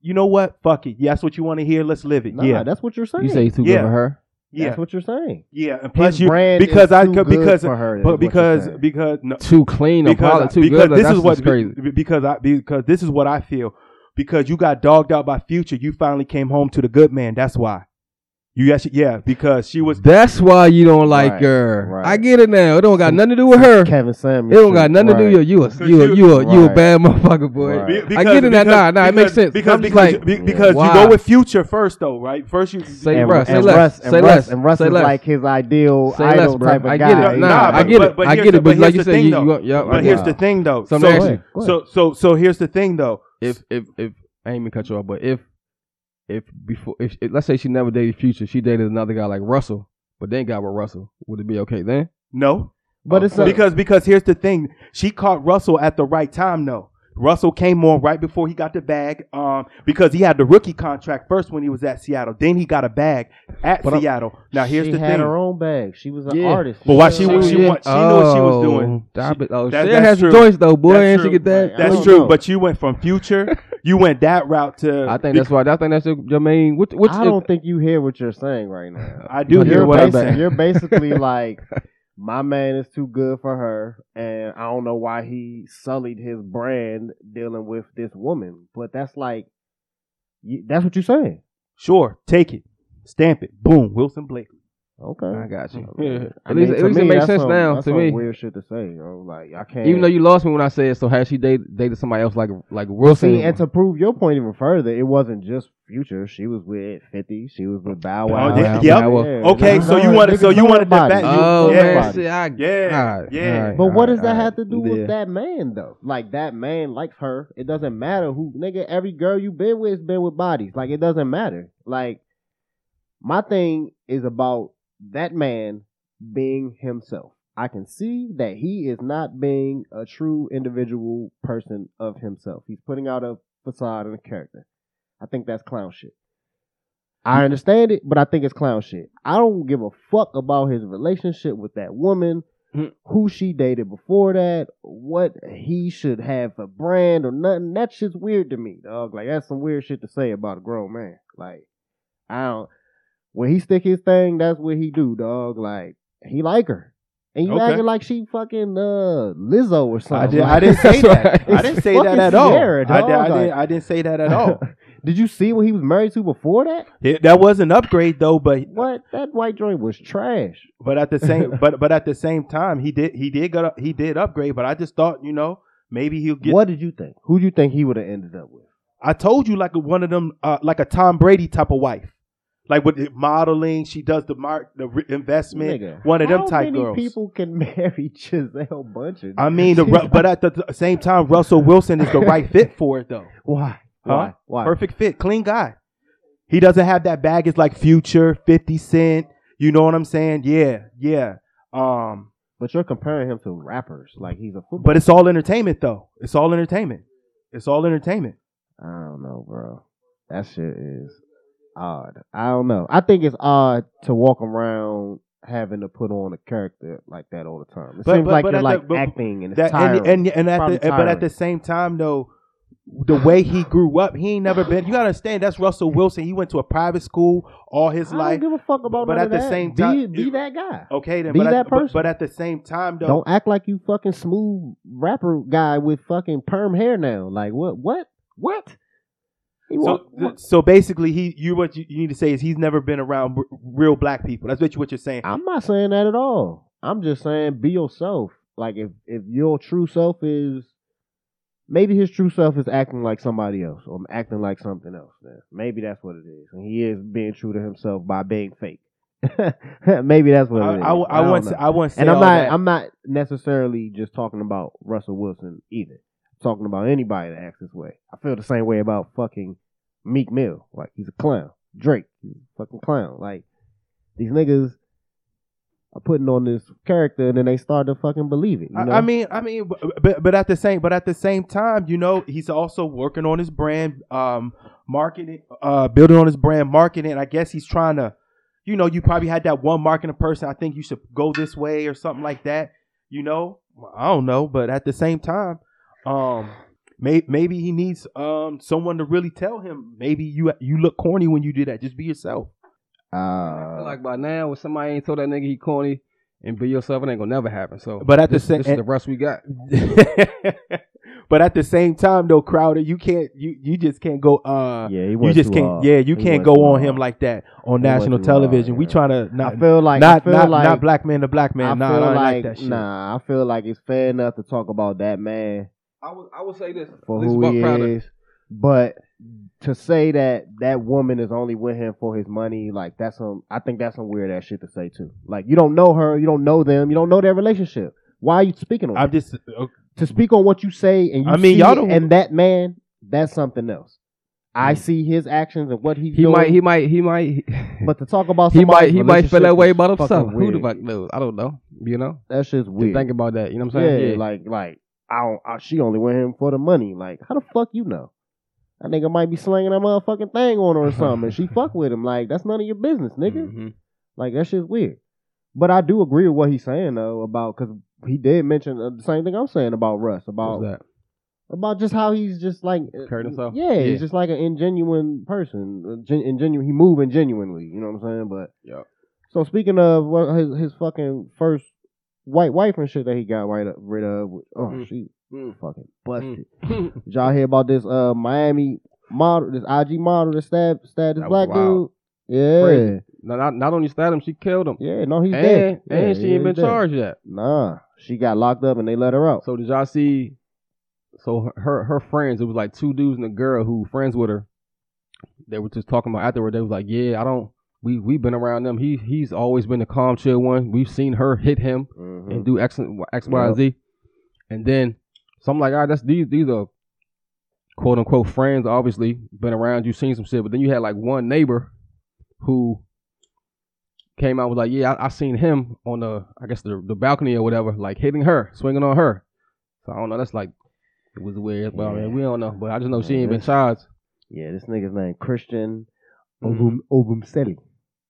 Speaker 4: You know what? Fuck it. Yeah, that's what you want to hear. Let's live it.
Speaker 3: Nah,
Speaker 4: yeah,
Speaker 3: that's what you're saying.
Speaker 5: You say he's too
Speaker 4: Yeah.
Speaker 5: good for her?
Speaker 4: yeah,
Speaker 3: That's what you're saying.
Speaker 4: yeah. And
Speaker 3: His
Speaker 4: plus, you
Speaker 3: brand
Speaker 4: because
Speaker 3: is
Speaker 4: I
Speaker 3: too
Speaker 4: could
Speaker 3: good
Speaker 4: because
Speaker 3: for her, is
Speaker 4: but
Speaker 3: what you're
Speaker 4: because
Speaker 3: saying.
Speaker 4: because no,
Speaker 5: Too clean, or probably too
Speaker 4: because
Speaker 5: good.
Speaker 4: this
Speaker 5: That's
Speaker 4: is what
Speaker 5: what's crazy.
Speaker 4: be- because I because this is what I feel because you got dogged out by Future. You finally came home to the good man. That's why you actually yeah because she was
Speaker 5: That's why you don't like
Speaker 3: Right,
Speaker 5: her.
Speaker 3: right.
Speaker 5: I get it now. It don't got nothing to do with her. It
Speaker 3: Kevin Samuel.
Speaker 5: don't got nothing to do with you. You a, you a, you a, you a
Speaker 3: Right.
Speaker 5: bad motherfucker, boy.
Speaker 3: Right.
Speaker 4: Be-
Speaker 5: I get it.
Speaker 4: because-
Speaker 5: Nah, nah, it
Speaker 4: because-
Speaker 5: makes sense.
Speaker 4: Because
Speaker 5: I'm just
Speaker 4: because,
Speaker 5: like,
Speaker 4: be- because
Speaker 5: wow.
Speaker 4: you go with Future first though, right? First you
Speaker 5: Say
Speaker 3: and,
Speaker 5: bruh,
Speaker 3: and
Speaker 5: say less,
Speaker 3: Russ, and
Speaker 5: say
Speaker 3: Russ,
Speaker 5: less,
Speaker 3: and Russ
Speaker 5: say
Speaker 3: is
Speaker 5: less.
Speaker 3: like his ideal
Speaker 5: Say less,
Speaker 3: idol
Speaker 5: bro.
Speaker 3: type of
Speaker 5: I
Speaker 3: guy.
Speaker 5: get it. Nah, I
Speaker 4: but-
Speaker 5: get it.
Speaker 4: but- but
Speaker 5: I
Speaker 4: here's
Speaker 5: get
Speaker 4: the-
Speaker 5: it. But
Speaker 4: but
Speaker 5: like
Speaker 4: here's
Speaker 5: you
Speaker 4: the
Speaker 5: said,
Speaker 4: thing,
Speaker 5: you,
Speaker 4: though.
Speaker 5: you, yeah, I
Speaker 4: But
Speaker 5: get
Speaker 4: here's
Speaker 5: it.
Speaker 4: the thing though.
Speaker 5: So
Speaker 4: So
Speaker 5: let me ask
Speaker 4: so,
Speaker 5: you,
Speaker 3: Go ahead, go ahead.
Speaker 4: so so here's the thing though.
Speaker 5: if if if I ain't mean to cut you off, but if if before if, if- let's say she never dated Future, she dated another guy like Russell, but then got with Russell, would it be okay then?
Speaker 4: No,
Speaker 3: but it's a,
Speaker 4: because because here's the thing. She caught Russell at the right time though. Russell came on right before he got the bag um, because he had the rookie contract first when he was at Seattle. Then he got a bag at
Speaker 3: But I'm-
Speaker 4: Seattle. now here's
Speaker 3: she
Speaker 4: the
Speaker 3: had
Speaker 4: thing.
Speaker 3: her own bag. She was an
Speaker 5: Yeah.
Speaker 3: artist.
Speaker 4: But why she
Speaker 3: was
Speaker 4: was- she want- she knew what she
Speaker 5: Oh,
Speaker 4: was doing.
Speaker 5: Stop
Speaker 4: She-
Speaker 5: it. Oh,
Speaker 4: that-
Speaker 5: she
Speaker 4: that's
Speaker 5: has
Speaker 4: true.
Speaker 5: choice though, boy.
Speaker 4: That's
Speaker 5: and she
Speaker 4: true.
Speaker 5: get that.
Speaker 3: Like, I
Speaker 4: That's
Speaker 3: don't
Speaker 4: true,
Speaker 3: know.
Speaker 4: but you went from
Speaker 3: [LAUGHS]
Speaker 4: Future, you went that route to.
Speaker 5: I think that's why. I think that's your- Jermaine. What? What?
Speaker 3: I don't think you hear what you're saying right now.
Speaker 4: I do
Speaker 5: But
Speaker 4: hear
Speaker 3: you're,
Speaker 4: what I'm
Speaker 3: basi-
Speaker 4: saying.
Speaker 3: you're
Speaker 5: [LAUGHS]
Speaker 3: basically like, my man is too good for her, and I don't know why he sullied his brand dealing with this woman. But that's like, you, that's what you're saying.
Speaker 4: Sure, take it, stamp it, boom, Wilson Blake.
Speaker 3: Okay.
Speaker 5: I got you.
Speaker 4: Yeah.
Speaker 3: I
Speaker 5: At least,
Speaker 3: mean,
Speaker 5: at
Speaker 3: to
Speaker 5: least it
Speaker 3: me,
Speaker 5: makes
Speaker 3: that's
Speaker 5: sense
Speaker 3: some-
Speaker 5: now
Speaker 3: that's
Speaker 5: to
Speaker 3: some
Speaker 5: me.
Speaker 3: Weird shit to say. Yo. Like I can't.
Speaker 5: Even though you lost me when I said so, had she dated, dated somebody else like like Wilson?
Speaker 3: see, and to prove your point even further, it wasn't just Future. She was with Fifty. She was with Bow Wow.
Speaker 4: Oh, yeah,
Speaker 3: She
Speaker 4: yep.
Speaker 3: was- yeah,
Speaker 4: Okay,
Speaker 3: niggas
Speaker 4: so you
Speaker 3: know-
Speaker 4: wanted, so
Speaker 3: niggas
Speaker 4: you
Speaker 3: know
Speaker 4: wanted to
Speaker 3: everybody.
Speaker 4: back. you-
Speaker 5: oh
Speaker 4: yeah.
Speaker 5: man, see, I,
Speaker 4: Yeah,
Speaker 5: all right,
Speaker 4: yeah.
Speaker 5: all right,
Speaker 3: But
Speaker 5: all
Speaker 3: what does
Speaker 5: right,
Speaker 3: that
Speaker 5: all
Speaker 3: have to
Speaker 5: right.
Speaker 3: do
Speaker 5: Yeah.
Speaker 3: with that man though? Like that man likes her. It doesn't matter who nigga. Every girl you been with has been with bodies. Like it doesn't matter. Like my thing is about that man being himself. I can see that he is not being a true individual person of himself. He's putting out a facade and a character. I think that's clown shit. I understand it, but I think it's clown shit. I don't give a fuck about his relationship with that woman,
Speaker 4: Hmm.
Speaker 5: Mm.
Speaker 3: who she dated before that, what he should have a brand or nothing. That shit's weird to me, dog. Like that's some weird shit to say about a grown man. Like I don't. When he stick his thing, that's what he do, dog. Like he like her, and you
Speaker 4: Okay.
Speaker 3: acting like she fucking uh Lizzo or something.
Speaker 4: I, did,
Speaker 3: Like,
Speaker 4: I didn't say
Speaker 5: That's
Speaker 4: that.
Speaker 5: right.
Speaker 4: I didn't say
Speaker 3: It's
Speaker 4: that
Speaker 3: fucking
Speaker 4: at all.
Speaker 3: Sierra,
Speaker 4: I,
Speaker 3: dog.
Speaker 4: did, I,
Speaker 3: Like-
Speaker 4: did, I didn't say
Speaker 3: [LAUGHS]
Speaker 4: that at all.
Speaker 3: Did you see what he was married to before that?
Speaker 4: It- that was an upgrade though, but
Speaker 3: What that white joint was trash.
Speaker 4: but at the same but but at the same time he did he did got he did upgrade. But I just thought you know maybe he'll get.
Speaker 3: What did you think? Who do you think he would have ended up with?
Speaker 4: I told you like a, one of them uh, like a Tom Brady type of wife, like with the modeling. She does the mark the re- investment.
Speaker 3: Nigga,
Speaker 4: One of them
Speaker 3: how
Speaker 4: type
Speaker 3: many
Speaker 4: girls.
Speaker 3: people can [LAUGHS] marry Giselle Buncher? [LAUGHS]
Speaker 4: I mean, the, Ru- but at the, the same time, Russell Wilson is the right fit for
Speaker 3: [LAUGHS]
Speaker 4: it though.
Speaker 3: why?
Speaker 4: Huh?
Speaker 3: Why? Why?
Speaker 4: Perfect fit, clean guy. He doesn't have that baggage like Future, Fifty Cent. You know what I'm saying? Yeah, yeah. Um,
Speaker 3: But you're comparing him to rappers, like he's a football.
Speaker 4: but it's all entertainment though. It's all entertainment. It's all entertainment.
Speaker 3: I don't know, bro. That shit is odd. I don't know. I think it's odd to walk around having to put on a character like that all the time. It
Speaker 4: But-
Speaker 3: seems
Speaker 4: but-
Speaker 3: like
Speaker 4: but
Speaker 3: you're
Speaker 4: at
Speaker 3: like
Speaker 4: the- but-
Speaker 3: acting and it's
Speaker 4: That
Speaker 3: tiring.
Speaker 4: and and, and at
Speaker 3: Probably
Speaker 4: the, but at
Speaker 3: tiring.
Speaker 4: the same time though, the way he grew up, he ain't never been. You gotta understand that's Russell Wilson. He went to a private school all his
Speaker 3: I
Speaker 4: life.
Speaker 3: don't give a fuck about
Speaker 4: but
Speaker 3: none
Speaker 4: at
Speaker 3: of
Speaker 4: the
Speaker 3: that.
Speaker 4: same
Speaker 3: Be-
Speaker 4: time-
Speaker 3: be, that guy.
Speaker 4: Okay, then.
Speaker 3: Be
Speaker 4: but, at,
Speaker 3: that
Speaker 4: but-
Speaker 3: person.
Speaker 4: But, at the same time though,
Speaker 3: Don't act like you fucking smooth rapper guy with fucking perm hair now. Like what? What? What? He
Speaker 4: So,
Speaker 3: walk-
Speaker 4: th- so basically, he you what you, you need to say is he's never been around r- real black people. That's what you what you're saying.
Speaker 3: I'm not saying that at all. I'm just saying be yourself. Like if if your true self is maybe his true self is acting like somebody else or acting like something else. Then. Maybe that's what it is, and he is being true to himself by being fake. [LAUGHS] maybe that's
Speaker 4: I,
Speaker 3: what it is.
Speaker 4: I, I,
Speaker 3: don't
Speaker 4: want
Speaker 3: know.
Speaker 4: to, I want to say
Speaker 3: and I'm
Speaker 4: all
Speaker 3: not
Speaker 4: that.
Speaker 3: I'm not necessarily just talking about Russell Wilson either. I'm talking about anybody that acts this way. I feel the same way about fucking Meek Mill. Like he's a clown. Drake, he's a fucking clown. Like these niggas are putting on this character and then they start to fucking believe it. You know?
Speaker 4: I, I mean, I mean, bu- but but at the same but at the same time, you know, he's also working on his brand, um, marketing, uh, building on his brand marketing. I guess he's trying to, you know, you probably had that one marketing person. I think you should go this way or something like that. You know, I don't know, but at the same time, um, may, maybe he needs um someone to really tell him. Maybe you you look corny when you do that. Just be yourself. [LAUGHS]
Speaker 5: I feel
Speaker 3: uh,
Speaker 5: like by now, when somebody ain't told that nigga he corny and be yourself, it ain't gonna never happen. So,
Speaker 4: But at the
Speaker 5: this,
Speaker 4: same-
Speaker 3: eh,
Speaker 5: this is the rest we got.
Speaker 4: but at the same time, though, Crowder, you can't you you just can't go uh.
Speaker 3: yeah, he
Speaker 4: You
Speaker 3: went
Speaker 4: just
Speaker 3: too
Speaker 4: can't.
Speaker 3: hard.
Speaker 4: Yeah, you
Speaker 3: He
Speaker 4: can't
Speaker 3: went
Speaker 4: go
Speaker 3: too
Speaker 4: on
Speaker 3: hard.
Speaker 4: him like that on
Speaker 3: He went
Speaker 4: national
Speaker 3: too
Speaker 4: television.
Speaker 3: hard,
Speaker 4: we
Speaker 3: yeah.
Speaker 4: trying to not
Speaker 3: I feel like
Speaker 4: not
Speaker 3: I feel
Speaker 4: not,
Speaker 3: like
Speaker 4: not black man to black man.
Speaker 3: I
Speaker 4: nah,
Speaker 3: feel
Speaker 4: I don't
Speaker 3: like,
Speaker 4: like, that shit.
Speaker 3: nah. I feel like it's fair enough to talk about that man
Speaker 5: I would, I would say this
Speaker 3: for
Speaker 5: This
Speaker 3: who
Speaker 5: Buck
Speaker 3: he
Speaker 5: Crowder.
Speaker 3: is. But to say that that woman is only with him for his money, like that's some, I think that's some weird ass shit to say too. Like you don't know her, you don't know them, you don't know their relationship. Why are you speaking on
Speaker 4: I'm
Speaker 3: it?
Speaker 4: just
Speaker 3: to speak on what you say and you
Speaker 4: I mean,
Speaker 3: see
Speaker 4: y'all
Speaker 3: it
Speaker 4: don't-
Speaker 3: and that man, that's something else. I see his actions and what he's
Speaker 5: Hmm. He
Speaker 3: doing,
Speaker 5: might, he might, he might,
Speaker 3: but to talk about
Speaker 5: he might,
Speaker 3: somebody's
Speaker 5: he might feel
Speaker 3: relationship
Speaker 5: that way
Speaker 3: is
Speaker 5: about
Speaker 3: fucking
Speaker 5: himself. Who the
Speaker 3: weird.
Speaker 5: fuck knows? I don't know. You know,
Speaker 3: That shit's
Speaker 5: Just
Speaker 3: weird.
Speaker 5: think about that. You know what I'm
Speaker 3: yeah,
Speaker 5: saying?
Speaker 3: like like I don't, I, she only went him for the money. Like, how the fuck you know? That nigga might be slinging that motherfucking thing on her or something, and
Speaker 5: [LAUGHS]
Speaker 3: she fuck with him. Like, that's none of your business, nigga.
Speaker 5: Mhm.
Speaker 3: Like, that shit's weird. But I do agree with what he's saying though about because he did mention uh, the same thing I'm saying about Russ about
Speaker 5: What's that?
Speaker 3: about just how he's just like uh,
Speaker 5: Carried himself?
Speaker 3: Yeah,
Speaker 5: Yeah.
Speaker 3: he's just like an ingenuine person. A Gen- ingenuine, he moving genuinely. You know what I'm saying? But
Speaker 5: Yeah.
Speaker 3: So speaking of what his his fucking first white wife and shit that he got right up, rid of. Oh,
Speaker 5: Mm.
Speaker 3: she
Speaker 5: Mm.
Speaker 3: fucking
Speaker 5: [LAUGHS]
Speaker 3: busted. Did y'all hear about this uh Miami model, this IG model that stabbed stabbed this
Speaker 5: That was
Speaker 3: black
Speaker 5: wild.
Speaker 3: dude? Yeah,
Speaker 5: Crazy. No, not, not only stabbed him, she killed him.
Speaker 3: yeah. No, he's
Speaker 5: and
Speaker 3: dead. Yeah,
Speaker 5: and she ain't
Speaker 3: he's
Speaker 5: been
Speaker 3: dead.
Speaker 5: charged yet.
Speaker 3: Nah, she got locked up and they let her out.
Speaker 5: So did y'all see? So her her friends, it was like two dudes and a girl who friends with her. They were just talking about afterward. They was like, "Yeah, I don't. We we've been around them. He he's always been the calm, chill one. We've seen her hit him
Speaker 3: Mhm.
Speaker 5: and do X and X, Y, and Z. And then so I'm like, all right, that's these these are quote unquote friends. Obviously, been around you, seen some shit. But then you had like one neighbor who came out was like, yeah, I, I seen him on the I guess the the balcony or whatever, like hitting her, swinging on her. So I don't know. That's like it was weird. But I mean, we don't know. But I just know she ain't been charged.
Speaker 3: Yeah, this nigga's name Christian
Speaker 5: Mhm.
Speaker 3: Obum Obumseli.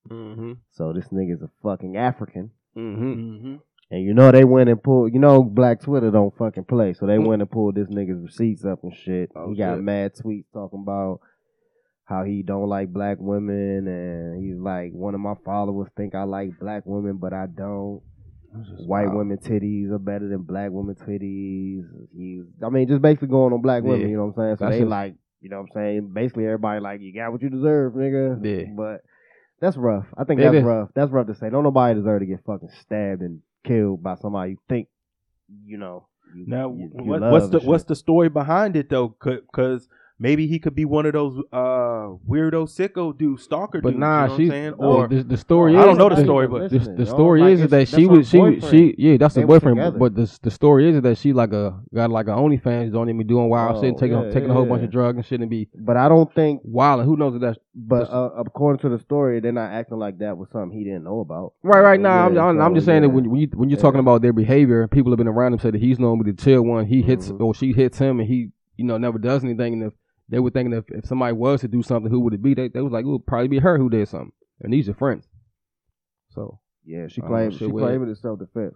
Speaker 5: Mm-hmm.
Speaker 3: So this nigga's a fucking African.
Speaker 5: Mm-hmm.
Speaker 3: And you know they went and pulled. You know Black Twitter don't fucking play, so they went and pulled this nigga's receipts up and shit.
Speaker 5: Mm. Oh,
Speaker 3: he got
Speaker 5: shit.
Speaker 3: mad tweets talking about how he don't like black women, and he's like, one of my followers think I like black women, but I don't. White women titties are better than black women titties. He's, I mean, just basically going on black women.
Speaker 5: Yeah.
Speaker 3: You know what I'm saying? So
Speaker 5: That's
Speaker 3: they
Speaker 5: just-
Speaker 3: like, you know what I'm saying? Basically, everybody like, you got what you deserve, nigga.
Speaker 5: Yeah.
Speaker 3: But that's rough. I think
Speaker 5: It
Speaker 3: that's
Speaker 5: is.
Speaker 3: rough. That's rough to say. Don't nobody deserve to get fucking stabbed and killed by somebody you think, you know. You,
Speaker 4: Now,
Speaker 3: you- you
Speaker 4: what,
Speaker 3: love
Speaker 4: what's
Speaker 3: and
Speaker 4: the
Speaker 3: shit.
Speaker 4: what's the story behind it though? Because maybe he could be one of those uh, weirdo sicko dude stalker
Speaker 5: But
Speaker 4: dudes.
Speaker 5: nah,
Speaker 4: you know
Speaker 5: she's
Speaker 4: what I'm saying?
Speaker 5: or
Speaker 4: or
Speaker 5: the, the story.
Speaker 4: I
Speaker 5: is,
Speaker 4: don't know the
Speaker 3: Nobody
Speaker 4: story,
Speaker 3: even
Speaker 4: but-
Speaker 5: The,
Speaker 3: listening,
Speaker 5: the
Speaker 3: yo.
Speaker 5: story
Speaker 3: Like,
Speaker 5: is
Speaker 3: it's-
Speaker 5: that
Speaker 3: that's
Speaker 5: she
Speaker 3: her
Speaker 5: was she
Speaker 3: boyfriend.
Speaker 5: she yeah that's
Speaker 3: They
Speaker 5: the
Speaker 3: was
Speaker 5: boyfriend
Speaker 3: together.
Speaker 5: but the the story is that she like a got like a OnlyFans don't even be doing wild
Speaker 3: Oh,
Speaker 5: shit and taking
Speaker 3: yeah,
Speaker 5: taking a whole
Speaker 3: yeah,
Speaker 5: bunch
Speaker 3: yeah.
Speaker 5: of drugs and shit and be
Speaker 3: But I don't think.
Speaker 5: wild and who knows if that's
Speaker 3: But
Speaker 5: Just-
Speaker 3: uh, according to the story, they're not acting like that was something he didn't know about.
Speaker 5: right right now
Speaker 3: Yeah,
Speaker 5: I'm, I'm, I'm
Speaker 3: so,
Speaker 5: just saying that
Speaker 3: yeah.
Speaker 5: when you- when you when you're
Speaker 3: Yeah.
Speaker 5: talking about their behavior people have been around him say that he's normally the chill one he hits
Speaker 3: Mhm.
Speaker 5: or she hits him and he you know never does anything and if they were thinking if, if somebody was to do something who would it be they they was like it would probably be her who did something and these are friends so
Speaker 3: Yeah, she
Speaker 5: Oh,
Speaker 3: claimed
Speaker 5: shit,
Speaker 3: she
Speaker 5: weird.
Speaker 3: claimed it as self defense.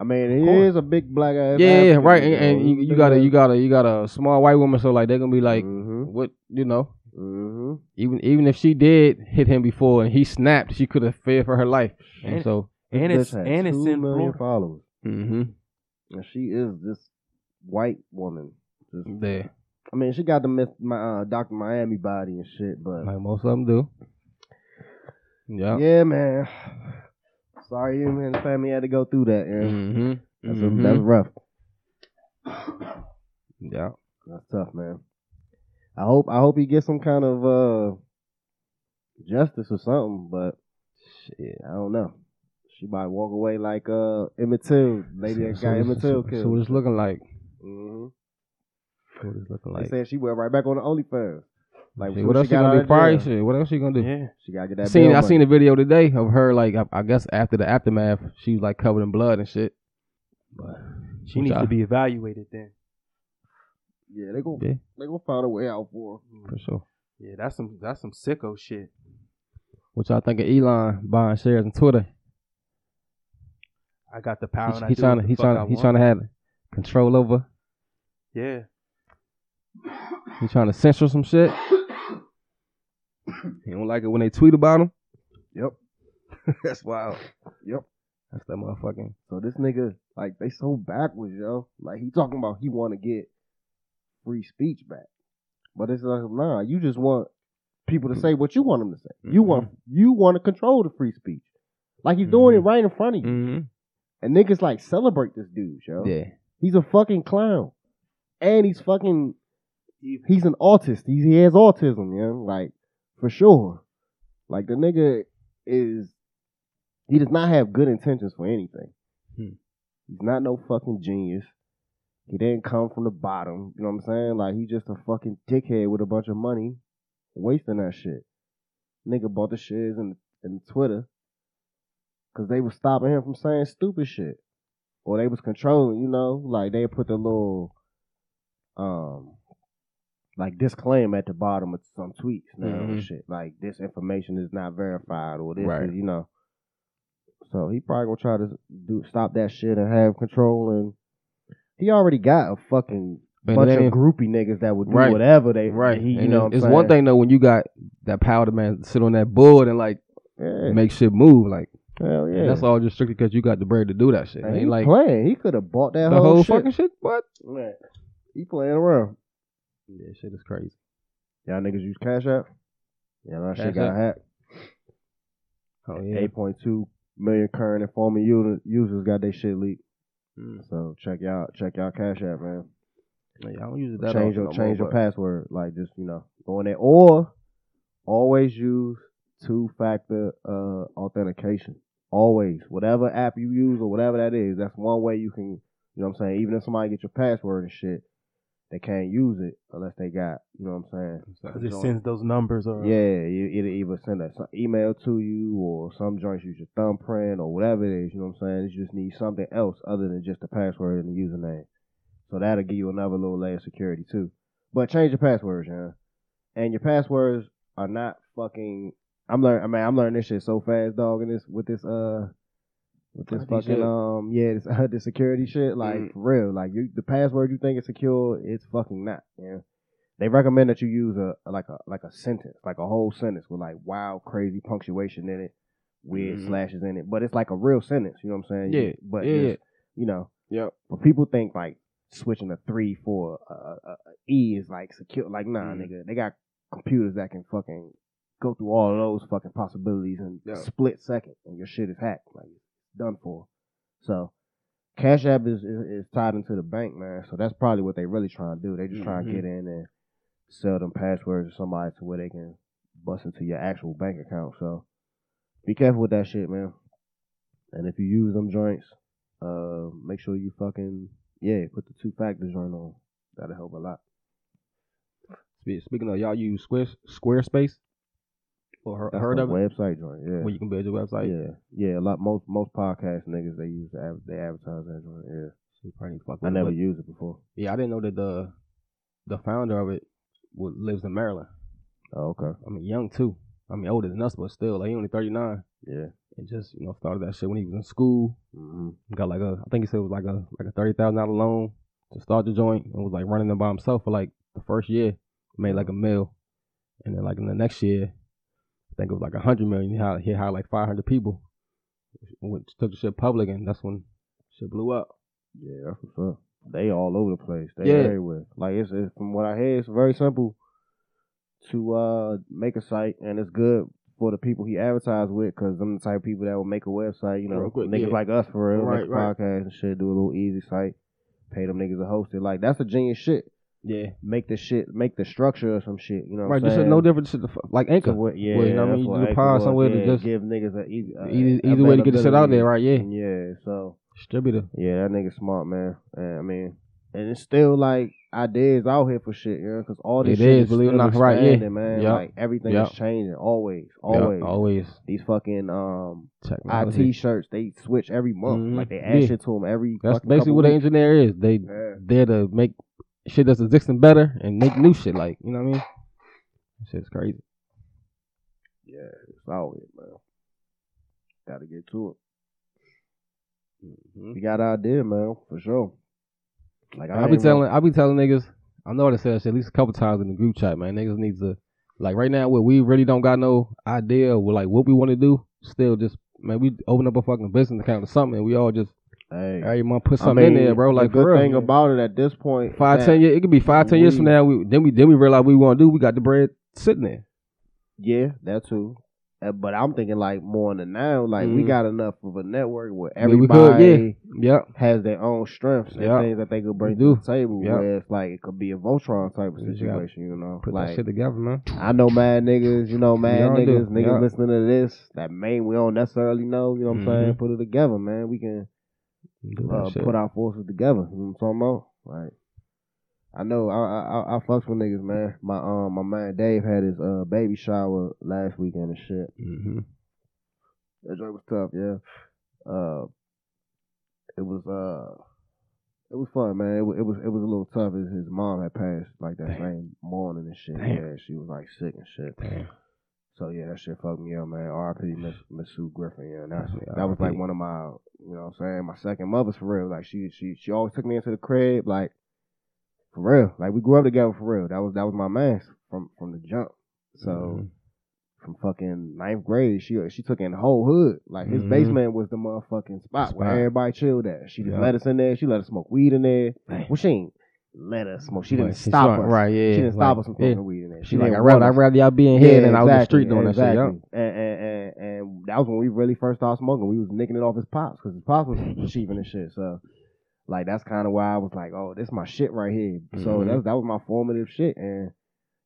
Speaker 3: I mean, he
Speaker 5: course.
Speaker 3: is a big black ass.
Speaker 5: yeah yeah,
Speaker 3: African,
Speaker 5: right
Speaker 3: you
Speaker 5: and,
Speaker 3: know,
Speaker 5: and you,
Speaker 3: he's
Speaker 5: you
Speaker 3: a
Speaker 5: got a
Speaker 3: big
Speaker 5: you got a you got a small white woman so like they're gonna be
Speaker 3: ass-
Speaker 5: like.
Speaker 3: Mhm,
Speaker 5: what you know
Speaker 3: mhm.
Speaker 5: even even if she did hit him before and he snapped she could have feared for her life and,
Speaker 4: And-
Speaker 5: so
Speaker 4: and
Speaker 3: This
Speaker 4: it's
Speaker 3: has
Speaker 4: and it's
Speaker 3: two
Speaker 4: in
Speaker 3: million
Speaker 4: Florida.
Speaker 3: followers,
Speaker 5: mm-hmm.
Speaker 3: and she is this white woman. Just,
Speaker 5: there
Speaker 3: I mean, she got the Miss, my, uh, Doctor Miami body and shit, but
Speaker 5: like uh, most of them do yeah,
Speaker 3: yeah, man. [SIGHS] Sorry, you and the family had to go through that. Aaron.
Speaker 5: Mm-hmm.
Speaker 3: That's, that's rough.
Speaker 5: yeah
Speaker 3: That's tough, man. I hope I hope he gets some kind of uh justice or something, but shit, I don't know. She might walk away like uh Emmett Till, lady that got Emmett Till
Speaker 5: so, so what
Speaker 3: killed.
Speaker 5: it's looking like
Speaker 3: hmm
Speaker 5: So what it's looking
Speaker 3: They
Speaker 5: like
Speaker 3: said she went right back on the OnlyFans. Like
Speaker 5: Shit,
Speaker 3: when
Speaker 5: what else she
Speaker 3: got
Speaker 5: gonna
Speaker 3: out
Speaker 5: do
Speaker 3: of
Speaker 5: probably
Speaker 3: jail,
Speaker 5: shit what else she gonna do
Speaker 4: Yeah,
Speaker 3: She gotta get that.
Speaker 5: seen
Speaker 3: bail
Speaker 5: I seen
Speaker 3: money.
Speaker 5: a video today of her like I, I guess after the aftermath she was like covered in blood and shit but
Speaker 4: she needs
Speaker 5: y'all-
Speaker 4: to be evaluated then.
Speaker 3: Yeah, they go.
Speaker 5: Yeah.
Speaker 3: They gonna find a way out for. her.
Speaker 5: for sure
Speaker 4: Yeah, that's some that's some sicko shit.
Speaker 5: what y'all think of Elon buying shares on Twitter
Speaker 4: I got the power. and I
Speaker 5: He's
Speaker 4: do
Speaker 5: trying
Speaker 4: what
Speaker 5: to
Speaker 4: the
Speaker 5: he
Speaker 4: fuck I
Speaker 5: trying to he
Speaker 4: want.
Speaker 5: trying to have control over.
Speaker 4: Yeah,
Speaker 5: He trying to censor some
Speaker 3: [COUGHS]
Speaker 5: shit. He don't like it when they tweet about him.
Speaker 3: Yep.
Speaker 5: That's wild.
Speaker 3: Yep.
Speaker 5: That's that motherfucking.
Speaker 3: So this nigga, like, they so backwards, yo. Like he talking about he want to get free speech back, but it's like, nah, you just want people to say what you want them to say. You want
Speaker 5: Mm-hmm.
Speaker 3: you want to control the free speech, like he's doing it right in front of you.
Speaker 5: Mm-hmm.
Speaker 3: And niggas like celebrate this dude, yo.
Speaker 5: Yeah.
Speaker 3: He's a fucking clown, and he's fucking he's an autist. He's, he has autism, yo. Like for sure, like the nigga is he does not have good intentions for anything.
Speaker 5: Hmm.
Speaker 3: He's not no fucking genius. He didn't come from the bottom. You know what I'm saying? Like he's just a fucking dickhead with a bunch of money, wasting that shit. Nigga bought the shares in in Twitter because they were stopping him from saying stupid shit or they was controlling, you know, like they put the little um like disclaimer at the bottom of some tweets now
Speaker 5: Mm-hmm.
Speaker 3: and shit. Like this information is not verified or this
Speaker 6: Right.
Speaker 3: is, you know. So he probably gonna try to do stop that shit and have control and he already got a fucking
Speaker 5: Man,
Speaker 3: bunch
Speaker 5: that
Speaker 3: of
Speaker 5: ain't-
Speaker 3: groupie niggas that would do
Speaker 5: Right.
Speaker 3: whatever they
Speaker 5: Right.
Speaker 3: He, you
Speaker 5: And
Speaker 3: know,
Speaker 5: it's
Speaker 3: what I'm
Speaker 5: it's one
Speaker 3: saying?
Speaker 5: thing though when you got that power to man sit on that board and like
Speaker 3: Yeah.
Speaker 5: make shit move. Like
Speaker 3: Hell yeah.
Speaker 5: that's all just strictly because you got the bread to do that shit.
Speaker 3: And he
Speaker 5: Ain't like
Speaker 3: playing. He could have bought that
Speaker 5: the
Speaker 3: whole,
Speaker 5: whole
Speaker 3: shit.
Speaker 5: fucking shit. What?
Speaker 3: Man, he playing around.
Speaker 5: Yeah, shit is crazy.
Speaker 3: Y'all niggas use Cash App. Yeah, that
Speaker 5: Cash
Speaker 3: shit got
Speaker 5: App?
Speaker 3: hacked.
Speaker 5: Oh yeah.
Speaker 3: 8.2 million current and former user- users got their shit leaked.
Speaker 5: Hmm.
Speaker 3: So check y'all, check y'all Cash App, man.
Speaker 5: Yeah, I don't use it that
Speaker 3: change your
Speaker 5: often no
Speaker 3: change your
Speaker 5: more,
Speaker 3: password, like just you know, go in there or always use two factor uh, authentication. Always, whatever app you use or whatever that is, that's one way you can. You know what I'm saying? Even if somebody get your password and shit, they can't use it unless they got. You know what I'm saying?
Speaker 4: Because it sends those numbers or
Speaker 3: Yeah, you either either send an email to you or some joints use your thumbprint or whatever it is. You know what I'm saying? You just need something else other than just the password and the username. So that'll give you another little layer of security too. But change your passwords, [LAUGHS] yeah. And your passwords are not fucking. I'm learning. I mean, I'm learning this shit so fast, dog. And this with this uh. With this
Speaker 5: Security
Speaker 3: fucking
Speaker 5: shit. Mm-hmm.
Speaker 3: um yeah this [LAUGHS] uh, the security shit like for real like you the password you think is secure it's fucking not yeah they recommend that you use a like a like a sentence, like a whole sentence with like wild, crazy punctuation in it, weird
Speaker 5: Mhm.
Speaker 3: slashes in it. But it's like a real sentence, you know what I'm saying?
Speaker 5: Yeah,
Speaker 3: But
Speaker 5: yeah,
Speaker 3: just, you know.
Speaker 5: Yep.
Speaker 3: But people think like switching a three for a, a, a E is like secure. Like nah,
Speaker 5: Mhm.
Speaker 3: nigga, they got computers that can fucking go through all those fucking possibilities in
Speaker 5: Yeah.
Speaker 3: split second, and your shit is hacked. Like done for. So Cash App is, is is tied into the bank, man. So that's probably what they really trying to do. They just trying to
Speaker 5: Mhm.
Speaker 3: get in and sell them passwords to somebody to where they can bust into your actual bank account. So be careful with that shit, man. And if you use them joints, uh, make sure you fucking yeah, put the two factor joint on. That'll help a lot.
Speaker 5: Spe- Speaking of y'all use Square Squarespace or heard,
Speaker 3: That's
Speaker 5: heard
Speaker 3: the
Speaker 5: of it
Speaker 3: website joint, yeah.
Speaker 5: where you can build your website.
Speaker 3: yeah, yeah, a lot most most podcast niggas they use the ad- they advertise that joint. Yeah,
Speaker 5: You probably need to fuck
Speaker 3: I
Speaker 5: with it,
Speaker 3: never
Speaker 5: but-
Speaker 3: used it before.
Speaker 5: Yeah, I didn't know that the the founder of it wa- lives in Maryland.
Speaker 3: Oh, okay,
Speaker 5: I mean, young too. I mean, older than us, but still, like he only thirty nine.
Speaker 3: yeah.
Speaker 5: And just you know started that shit when he was in school.
Speaker 3: hmm
Speaker 5: Got like a I think he said it was like a like a thirty thousand dollar loan to start the joint, and was like running it by himself for like the first year, made like a mil, and then like in the next year, I think it was like a hundred million. He hired, he hired like five hundred people, which took the shit public, and that's when shit blew up.
Speaker 3: Yeah, that's what's up. They all over the place. They
Speaker 5: Yeah.
Speaker 3: everywhere. Like it's, it's from what I hear, it's very simple to uh make a site, and it's good for the people he advertised with because them the type of people that will make a website. You know,
Speaker 5: Real quick,
Speaker 3: niggas
Speaker 5: yeah.
Speaker 3: like us for real,
Speaker 5: Right,
Speaker 3: make a
Speaker 5: right.
Speaker 3: podcast and shit, do a little easy site, pay them niggas to host it. Like that's a genius shit.
Speaker 5: Yeah,
Speaker 3: Make the shit, make the structure of some shit. You know, what
Speaker 5: right.
Speaker 3: I'm
Speaker 5: This is
Speaker 3: saying?
Speaker 5: no different shit to, f- like Anchor.
Speaker 3: To what- yeah,
Speaker 5: Well, you know what I
Speaker 3: that's
Speaker 5: mean? You
Speaker 3: what
Speaker 5: do the
Speaker 3: Anchor
Speaker 5: pod
Speaker 3: was,
Speaker 5: somewhere to
Speaker 3: yeah,
Speaker 5: just-
Speaker 3: give niggas an easy, uh,
Speaker 5: Either, either way to get the shit out there, right? Yeah,
Speaker 3: Yeah, so.
Speaker 5: distributor.
Speaker 3: Yeah, that nigga smart, man. And, I mean, and it's still like ideas out here for shit, you know, because all this
Speaker 5: It
Speaker 3: shit
Speaker 5: is, believe it or
Speaker 3: still
Speaker 5: not, right, yeah.
Speaker 3: expanding, man.
Speaker 5: Yup.
Speaker 3: Like everything
Speaker 5: Yup. Oh.
Speaker 3: is changing, always, always.
Speaker 5: Yeah, always.
Speaker 3: These fucking um
Speaker 5: Technology.
Speaker 3: IT shirts, they switch every month.
Speaker 5: Mhm.
Speaker 3: Like they add
Speaker 5: Yeah.
Speaker 3: shit to them every.
Speaker 5: That's
Speaker 3: fucking
Speaker 5: basically
Speaker 3: couple
Speaker 5: what an
Speaker 3: weeks.
Speaker 5: engineer is. They
Speaker 3: Yeah.
Speaker 5: there to make shit that's existing better and make new shit. Like you know what I mean? That Shit's crazy.
Speaker 3: Yeah, it's out here, man. Got to get to it. You got out there, man, for sure. Like I
Speaker 5: Mm-hmm. I be
Speaker 3: ain't
Speaker 5: telling I be telling niggas. I know what I said that shit at least a couple times in the group chat, man. Niggas needs to like right now where we really don't got no idea of like what we want to do. Still, just man, we open up a fucking business account or something. and We all just
Speaker 3: Hey,
Speaker 5: every month put
Speaker 3: I
Speaker 5: something in
Speaker 3: mean,
Speaker 5: there, bro. Like
Speaker 3: the good
Speaker 5: for real.
Speaker 3: thing about it at this point, is
Speaker 5: five
Speaker 3: that-
Speaker 5: ten years. It could be five ten years from
Speaker 3: we-
Speaker 5: now. We then we then we realize what we want to do. We got the bread sitting there.
Speaker 3: Yeah, that too. Uh, But I'm thinking like more in the now. Like we
Speaker 5: Mhm.
Speaker 3: got enough of a network where
Speaker 5: Yeah, we
Speaker 3: everybody
Speaker 5: could, Yep.
Speaker 3: has their own strengths and
Speaker 5: Yeah.
Speaker 3: things that they could bring
Speaker 5: We do.
Speaker 3: to the table.
Speaker 5: Yeah.
Speaker 3: Where it's like it could be a Voltron type of
Speaker 5: We just gotta
Speaker 3: situation, you know.
Speaker 5: Put that
Speaker 3: like
Speaker 5: shit together, man.
Speaker 3: I know mad niggas, you know mad
Speaker 5: all
Speaker 3: niggas,
Speaker 5: do.
Speaker 3: niggas
Speaker 5: Yeah.
Speaker 3: listening to this that may we don't necessarily know. You know what I'm saying?
Speaker 5: Mhm.
Speaker 3: Put it together, man. We can
Speaker 5: Do that
Speaker 3: uh,
Speaker 5: shit.
Speaker 3: put our forces together. You know what I'm talking about? Like, I know I I, I, I fucks with niggas, man. My um my man Dave had his uh baby shower last weekend and shit.
Speaker 5: Mhm.
Speaker 3: That joint was tough, yeah. Uh, it was uh it was fun, man. It was it was, it was a little tough. His, his mom had passed like that same morning and shit. Yeah, she was like sick and shit. So yeah, that shit fucked me up, man. R.I.P. Miss, Miss Sue Griffin. Yeah, and that's, that was like one of my, you know, what I'm saying my second mother's for real. Like she she she always took me into the crib, like for real. Like we grew up together for real. That was that was my man from from the jump. So from fucking ninth grade, she she took in the whole hood. Like his
Speaker 5: Mm-hmm.
Speaker 6: Mhm.
Speaker 3: basement was the motherfucking spot, where
Speaker 6: Spot.
Speaker 3: everybody chilled at. She just
Speaker 6: Yeah.
Speaker 3: let us in there. She let us smoke weed in there. Well, she ain't let us smoke. She didn't
Speaker 5: Like, she
Speaker 3: stop
Speaker 5: smart,
Speaker 3: us.
Speaker 5: Right, yeah.
Speaker 3: She didn't
Speaker 5: like,
Speaker 3: stop us from smoking
Speaker 5: yeah.
Speaker 3: weed in there.
Speaker 5: She like,
Speaker 3: didn't
Speaker 5: I'd
Speaker 3: want
Speaker 5: rather, I'd
Speaker 3: us-
Speaker 5: rather y'all be in here than I was in the
Speaker 3: exactly,
Speaker 5: street doing that shit.
Speaker 3: exactly. And, and, and, and that was when we really first started smoking. We was nicking it off his pops because his pops was cheating and shit. So, like, that's kind of why I was like, oh, this my shit right here. So,
Speaker 5: Mhm.
Speaker 3: that's, that was my formative shit. And,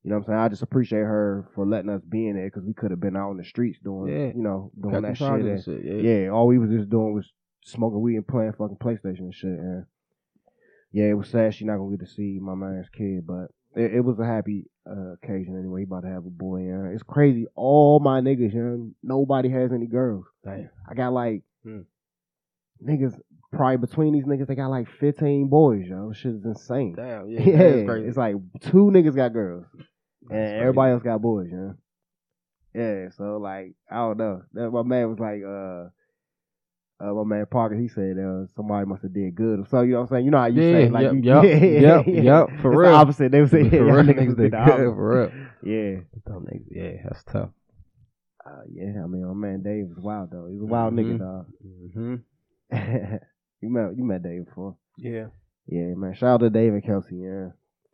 Speaker 3: you know what I'm saying? I just appreciate her for letting us be in there because we could have been out in the streets doing,
Speaker 5: Yeah.
Speaker 3: you know,
Speaker 5: Got
Speaker 3: doing that shit.
Speaker 5: some projects
Speaker 3: And-
Speaker 5: and shit, Yeah.
Speaker 3: yeah, all we was just doing was smoking weed and playing fucking PlayStation and shit. And yeah, it was sad she not gonna get to see my man's kid, but it, it was a happy uh, occasion anyway. He about to have a boy. And it's crazy. All my niggas, young, nobody has any girls.
Speaker 5: Damn.
Speaker 3: I got like
Speaker 5: Hmm.
Speaker 3: niggas probably between these niggas, they got like fifteen boys. Yo, shit is insane.
Speaker 5: Damn, yeah.
Speaker 3: [LAUGHS] Yeah,
Speaker 5: that is crazy.
Speaker 3: it's like two niggas got girls,
Speaker 5: That's
Speaker 3: and
Speaker 5: crazy.
Speaker 3: everybody else got boys. Yeah, yeah. So like, I don't know. That, my man was like, uh, uh, my man Parker. He said, uh, somebody must have did good. So you know what I'm saying? You know how you
Speaker 5: Yeah,
Speaker 3: say like,
Speaker 5: yep,
Speaker 3: you, [LAUGHS]
Speaker 5: yep, yep, yep, for
Speaker 3: It's
Speaker 5: real.
Speaker 3: The opposite. They was
Speaker 5: [LAUGHS] For
Speaker 3: saying,
Speaker 5: real,
Speaker 3: y'all niggas
Speaker 5: niggas
Speaker 3: did
Speaker 5: did
Speaker 3: the
Speaker 5: good,
Speaker 3: opposite.
Speaker 5: for real.
Speaker 3: Yeah,
Speaker 5: Dumb niggas, yeah, that's tough.
Speaker 3: uh, yeah. I mean, my man Dave was wild though. He's a wild
Speaker 5: Mhm.
Speaker 3: nigga, dog.
Speaker 5: Mm-hmm.
Speaker 3: [LAUGHS] you met you met Dave before.
Speaker 4: Yeah.
Speaker 3: Yeah, man. Shout out to Dave and Kelsey. Yeah,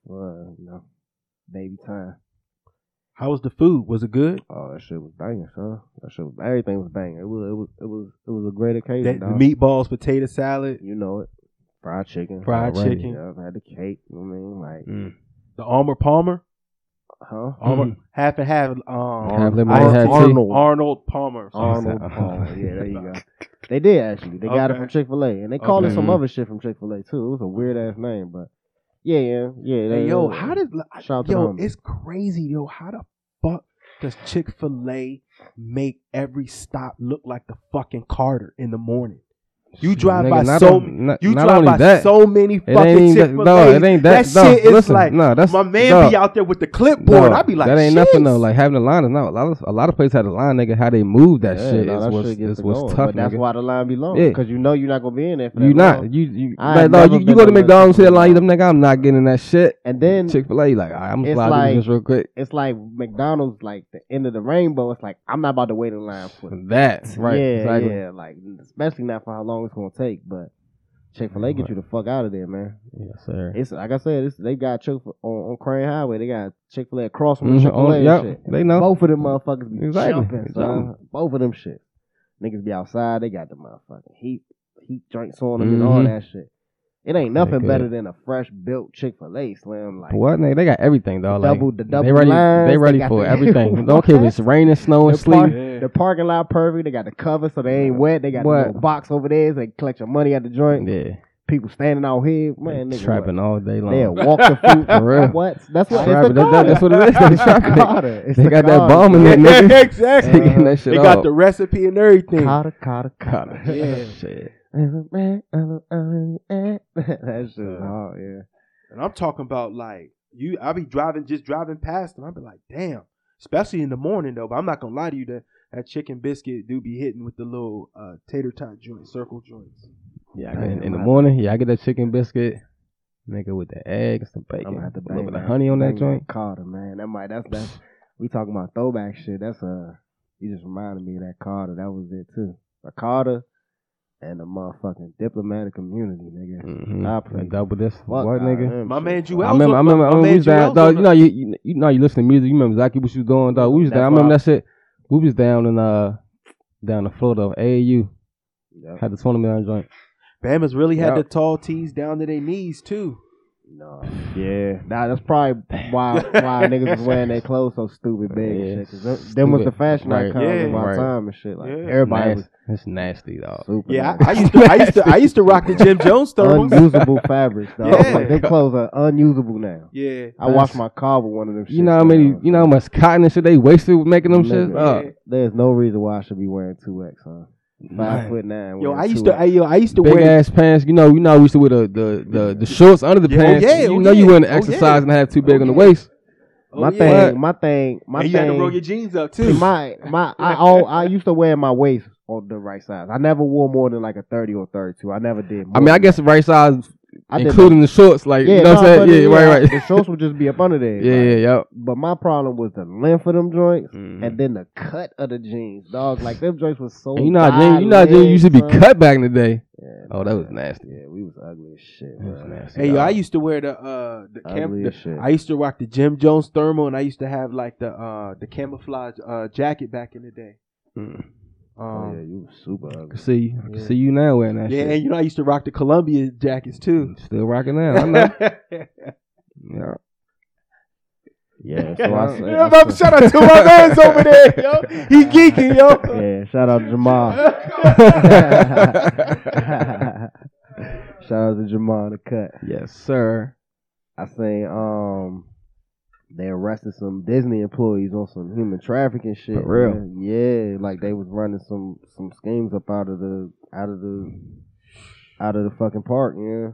Speaker 3: well, you know, baby time.
Speaker 4: How was the food? Was it good?
Speaker 3: Oh, that shit was banging, son. That shit was everything was banging. It was it was it was it was a great
Speaker 4: That,
Speaker 3: occasion.
Speaker 4: the
Speaker 3: dawg.
Speaker 4: meatballs, potato salad,
Speaker 3: you know it. Fried chicken,
Speaker 4: Fried
Speaker 3: already,
Speaker 4: chicken.
Speaker 3: Yeah, I had the cake. You know what I mean, like,
Speaker 4: the Armour Palmer,
Speaker 3: huh? [LAUGHS]
Speaker 4: Armour
Speaker 5: Mm-hmm.
Speaker 4: half and half. Um,
Speaker 5: Half lemon,
Speaker 4: Ar-
Speaker 5: half tea.
Speaker 4: Arnold, Arnold Palmer.
Speaker 3: Arnold
Speaker 5: Arnold.
Speaker 3: Palmer. Yeah, there
Speaker 5: [LAUGHS]
Speaker 3: you go. They did actually. They got it
Speaker 4: Okay.
Speaker 3: from Chick Fil A, and they called
Speaker 4: Okay.
Speaker 3: it some other shit from Chick Fil A too. It was a weird ass name, but yeah, yeah, yeah.
Speaker 4: Hey,
Speaker 3: they-
Speaker 4: yo, how did I-
Speaker 3: Shout out to
Speaker 4: yo?
Speaker 3: them.
Speaker 4: It's crazy, yo. How the fuck does Chick Fil A make every stop look like the fucking Carter in the morning? You drive
Speaker 5: Nigga,
Speaker 4: by
Speaker 5: not
Speaker 4: so
Speaker 5: on- not,
Speaker 4: you
Speaker 5: not
Speaker 4: drive
Speaker 5: only
Speaker 4: by
Speaker 5: that,
Speaker 4: so many
Speaker 5: it ain't
Speaker 4: fucking Chick
Speaker 5: even
Speaker 4: Fil A.
Speaker 5: no, it ain't that. no,
Speaker 4: shit is
Speaker 5: listen,
Speaker 4: like
Speaker 5: no, that's
Speaker 4: my man
Speaker 5: no,
Speaker 4: be out there with the
Speaker 5: no,
Speaker 4: clipboard. I be like,
Speaker 5: that ain't
Speaker 4: "Shit."
Speaker 5: nothing though. Like having a line is not a lot. Of, a lot of places had a line, nigga. How they move that
Speaker 3: Yeah,
Speaker 5: shit
Speaker 3: nah,
Speaker 5: is
Speaker 3: that
Speaker 5: what's
Speaker 3: shit gets
Speaker 5: is
Speaker 3: to
Speaker 5: what's
Speaker 3: going,
Speaker 5: tough,
Speaker 3: But that's
Speaker 5: nigga.
Speaker 3: why the line be long
Speaker 5: Yeah.
Speaker 3: because you know you're not gonna be in there. For
Speaker 5: You
Speaker 3: that
Speaker 5: not
Speaker 3: long.
Speaker 5: you you
Speaker 3: I
Speaker 5: like
Speaker 3: ain't
Speaker 5: no
Speaker 3: never
Speaker 5: you, you
Speaker 3: been
Speaker 5: go to
Speaker 3: on that
Speaker 5: McDonald's see a
Speaker 3: shit.
Speaker 5: line, you nigga. I'm not getting in that shit.
Speaker 3: And then
Speaker 5: Chick Fil A, like all right, I'm
Speaker 3: It's
Speaker 5: sliding like, this
Speaker 3: like-
Speaker 5: real quick.
Speaker 3: it's like McDonald's, like the end of the rainbow. It's like I'm not about to wait in line for
Speaker 5: That right,
Speaker 3: Yeah,
Speaker 5: exactly.
Speaker 3: yeah, like especially not for how long it's gonna take. But Chick Fil A get you the fuck out of there, man.
Speaker 5: Yes, sir.
Speaker 3: It's like I said, it's, they got Chick on, on Crane Highway. They got Chick Fil A across from
Speaker 5: Mhm,
Speaker 3: Chick Fil
Speaker 5: on-
Speaker 3: A.
Speaker 5: yep,
Speaker 3: shit.
Speaker 5: they know.
Speaker 3: both of them motherfuckers be
Speaker 5: Exactly.
Speaker 3: jumping,
Speaker 5: They
Speaker 3: son.
Speaker 5: jumping.
Speaker 3: Both of them shit. Niggas be outside. They got the motherfucking heat heat drinks on them and all
Speaker 5: Mhm.
Speaker 3: that shit. It ain't nothing
Speaker 5: Nigga.
Speaker 3: better than a fresh built Chick Fil A slam. Like
Speaker 5: What nigga? They got everything though. Like
Speaker 3: Double- the double
Speaker 5: they ready.
Speaker 3: lines,
Speaker 5: they
Speaker 3: they
Speaker 5: ready
Speaker 3: got
Speaker 5: for
Speaker 3: the- [LAUGHS]
Speaker 5: everything. Don't care if it's raining, snow,
Speaker 3: The
Speaker 5: and
Speaker 3: park-
Speaker 5: sleet.
Speaker 4: [LAUGHS] Yeah.
Speaker 3: The parking lot perfect. They got the cover so they ain't wet. They got the
Speaker 5: What?
Speaker 3: little box over there so they collect your money at the joint.
Speaker 5: Yeah,
Speaker 3: People standing out here. Man,
Speaker 5: They
Speaker 3: nigga,
Speaker 5: trapping all day
Speaker 3: What?
Speaker 5: long.
Speaker 3: They'll walk
Speaker 5: [LAUGHS]
Speaker 3: the food.
Speaker 5: For real.
Speaker 3: What? That's what it's
Speaker 5: Trapping.
Speaker 3: the
Speaker 5: That- that-
Speaker 3: garden.
Speaker 5: that's what it is. They trapping. They-
Speaker 3: Carter. It's
Speaker 5: They
Speaker 3: the
Speaker 5: got that
Speaker 3: garden.
Speaker 5: bomb in [LAUGHS]
Speaker 4: Yeah,
Speaker 5: there, [LAUGHS] nigga.
Speaker 4: exactly.
Speaker 5: They getting that shit
Speaker 4: They got
Speaker 5: off.
Speaker 4: the recipe and everything.
Speaker 3: Carter, Carter, [LAUGHS] Carter.
Speaker 5: [LAUGHS]
Speaker 4: Yeah.
Speaker 5: Shit.
Speaker 3: that shit
Speaker 5: Uh,
Speaker 3: is hard, yeah.
Speaker 4: And I'm talking about like you. I be driving, just driving past, and I be like, damn. Especially in the morning though. But I'm not gonna lie to you that that chicken biscuit do be hitting with the little uh, tater tot joints, circle joints.
Speaker 5: Yeah, I get-
Speaker 3: Damn,
Speaker 5: in the
Speaker 3: I-
Speaker 5: morning, yeah, I get that chicken biscuit, nigga, with the eggs, the bacon,
Speaker 3: I'm gonna have to
Speaker 5: a little
Speaker 3: bang
Speaker 5: bit of
Speaker 3: that-
Speaker 5: honey on that
Speaker 3: bang
Speaker 5: joint.
Speaker 3: Carter, man. That might that's that's we talking about throwback shit. That's uh you just reminded me of that Carter. That was it too. A Carter and the motherfucking diplomatic community, nigga.
Speaker 5: Mm-hmm.
Speaker 3: I play.
Speaker 5: double this.
Speaker 3: Fuck
Speaker 5: what,
Speaker 3: out of
Speaker 5: nigga?
Speaker 3: them
Speaker 4: My
Speaker 3: shit.
Speaker 4: man Juelz.
Speaker 5: I remember, I remember, I
Speaker 4: my
Speaker 5: remember
Speaker 4: man
Speaker 5: we was down,
Speaker 4: Juelz
Speaker 5: dog,
Speaker 4: on
Speaker 5: you
Speaker 4: the-
Speaker 5: know, you, you, you know, you listen to music, you remember exactly what you was doing, dog. We was
Speaker 3: That's
Speaker 5: down, I remember
Speaker 3: why-
Speaker 5: that shit. We was down in, uh, down the Florida, AAU,
Speaker 3: Yep.
Speaker 5: had the tournament on joint.
Speaker 4: Bama's really had
Speaker 5: Yeah.
Speaker 4: the tall tees down to their knees too.
Speaker 3: No. Yeah. Nah, that's probably
Speaker 4: [LAUGHS]
Speaker 3: why why niggas was wearing their clothes so stupid big
Speaker 5: Yeah,
Speaker 3: and shit. Cause them, them was the
Speaker 5: stupid.
Speaker 3: fashion
Speaker 5: Right.
Speaker 3: icons
Speaker 4: Yeah.
Speaker 3: of our
Speaker 5: Right.
Speaker 3: time and shit. Like
Speaker 4: Yeah.
Speaker 3: everybody
Speaker 5: Nasty. It's nasty, dog.
Speaker 3: was super.
Speaker 4: Yeah,
Speaker 3: nice.
Speaker 4: I, I
Speaker 5: [LAUGHS]
Speaker 4: used to, I used to, I used to rock the Jim Jones thermals.
Speaker 3: unusable fabrics. Though.
Speaker 4: Yeah.
Speaker 3: Like them clothes are unusable now.
Speaker 4: yeah,
Speaker 3: I washed my car with one of them.
Speaker 5: You know how many, you know how much cotton and shit they wasted with making them shits?
Speaker 3: Nigga.
Speaker 5: Uh,
Speaker 3: There's no reason why I should be wearing two X, huh? Five foot nine.
Speaker 4: Yo,
Speaker 3: weighing
Speaker 4: I used to,
Speaker 3: 280.
Speaker 4: I, yo, I used to
Speaker 5: Big
Speaker 4: wear.
Speaker 5: ass pants, you know, you know, I used to wear the the, the, the shorts under the
Speaker 4: Yeah, oh
Speaker 5: pants.
Speaker 4: yeah,
Speaker 5: you
Speaker 4: oh
Speaker 5: know, you
Speaker 4: yeah,
Speaker 5: wouldn't
Speaker 4: oh
Speaker 5: exercise
Speaker 4: yeah.
Speaker 5: and have too big
Speaker 4: Oh
Speaker 5: on the
Speaker 4: yeah.
Speaker 5: waist.
Speaker 4: Oh,
Speaker 3: my
Speaker 4: yeah.
Speaker 3: thing, my thing, my
Speaker 4: and you had to
Speaker 3: thing.
Speaker 4: roll your jeans up too.
Speaker 3: My my I all I used to wear my waist on the right size. I never wore more than like a thirty or thirty two. I never did. More
Speaker 5: I mean, I
Speaker 3: than
Speaker 5: guess the right size,
Speaker 3: that. I did
Speaker 5: including the shorts, like
Speaker 3: yeah,
Speaker 5: you know, what I'm
Speaker 3: no,
Speaker 5: saying,
Speaker 3: but
Speaker 5: yeah, right, right,
Speaker 3: The shorts would just be up under there.
Speaker 5: [LAUGHS] yeah,
Speaker 3: like,
Speaker 5: yeah, yeah.
Speaker 3: But my problem was the length of them joints and then the cut of the jeans, dog. Like them joints was so.
Speaker 5: And Mm. you know, how jeans,
Speaker 3: wide
Speaker 5: you know, how jeans
Speaker 3: leg,
Speaker 5: used to be
Speaker 3: Oh, son.
Speaker 5: cut back in the day.
Speaker 3: Yeah,
Speaker 5: Oh, that was nasty.
Speaker 3: yeah, we was ugly as shit.
Speaker 5: That was
Speaker 3: bruh.
Speaker 5: nasty.
Speaker 4: Hey, yo, I used to wear the uh the, cam-
Speaker 3: Ugly
Speaker 4: the
Speaker 3: as shit.
Speaker 4: I used to rock the Jim Jones thermal, and I used to have like the uh the camouflage uh jacket back in the day.
Speaker 5: Mm.
Speaker 3: Oh, yeah,
Speaker 4: Um,
Speaker 3: you was super
Speaker 5: I
Speaker 3: ugly.
Speaker 4: [LAUGHS]
Speaker 5: can see you. I
Speaker 4: Yeah.
Speaker 5: can see you now wearing Oh, that
Speaker 4: yeah,
Speaker 5: shit.
Speaker 4: and you know I used to rock the Columbia jackets too.
Speaker 5: Still rocking now.
Speaker 3: [LAUGHS]
Speaker 5: I know. yeah.
Speaker 3: Yeah, so I, said-
Speaker 4: Yeah,
Speaker 3: I
Speaker 4: man,
Speaker 3: said-
Speaker 4: shout out to my man's over there,
Speaker 5: [LAUGHS]
Speaker 4: yo. He geeking,
Speaker 3: [LAUGHS]
Speaker 4: yo.
Speaker 3: yeah, shout out
Speaker 4: [LAUGHS]
Speaker 3: Jamal. [LAUGHS] Shout out to Jamal in the cut.
Speaker 5: Yes, sir.
Speaker 3: I say, um, they arrested some Disney employees on some human trafficking shit.
Speaker 5: For real?
Speaker 3: man. Yeah, like they was running some some schemes up out of the out of the out of the fucking park. Yeah.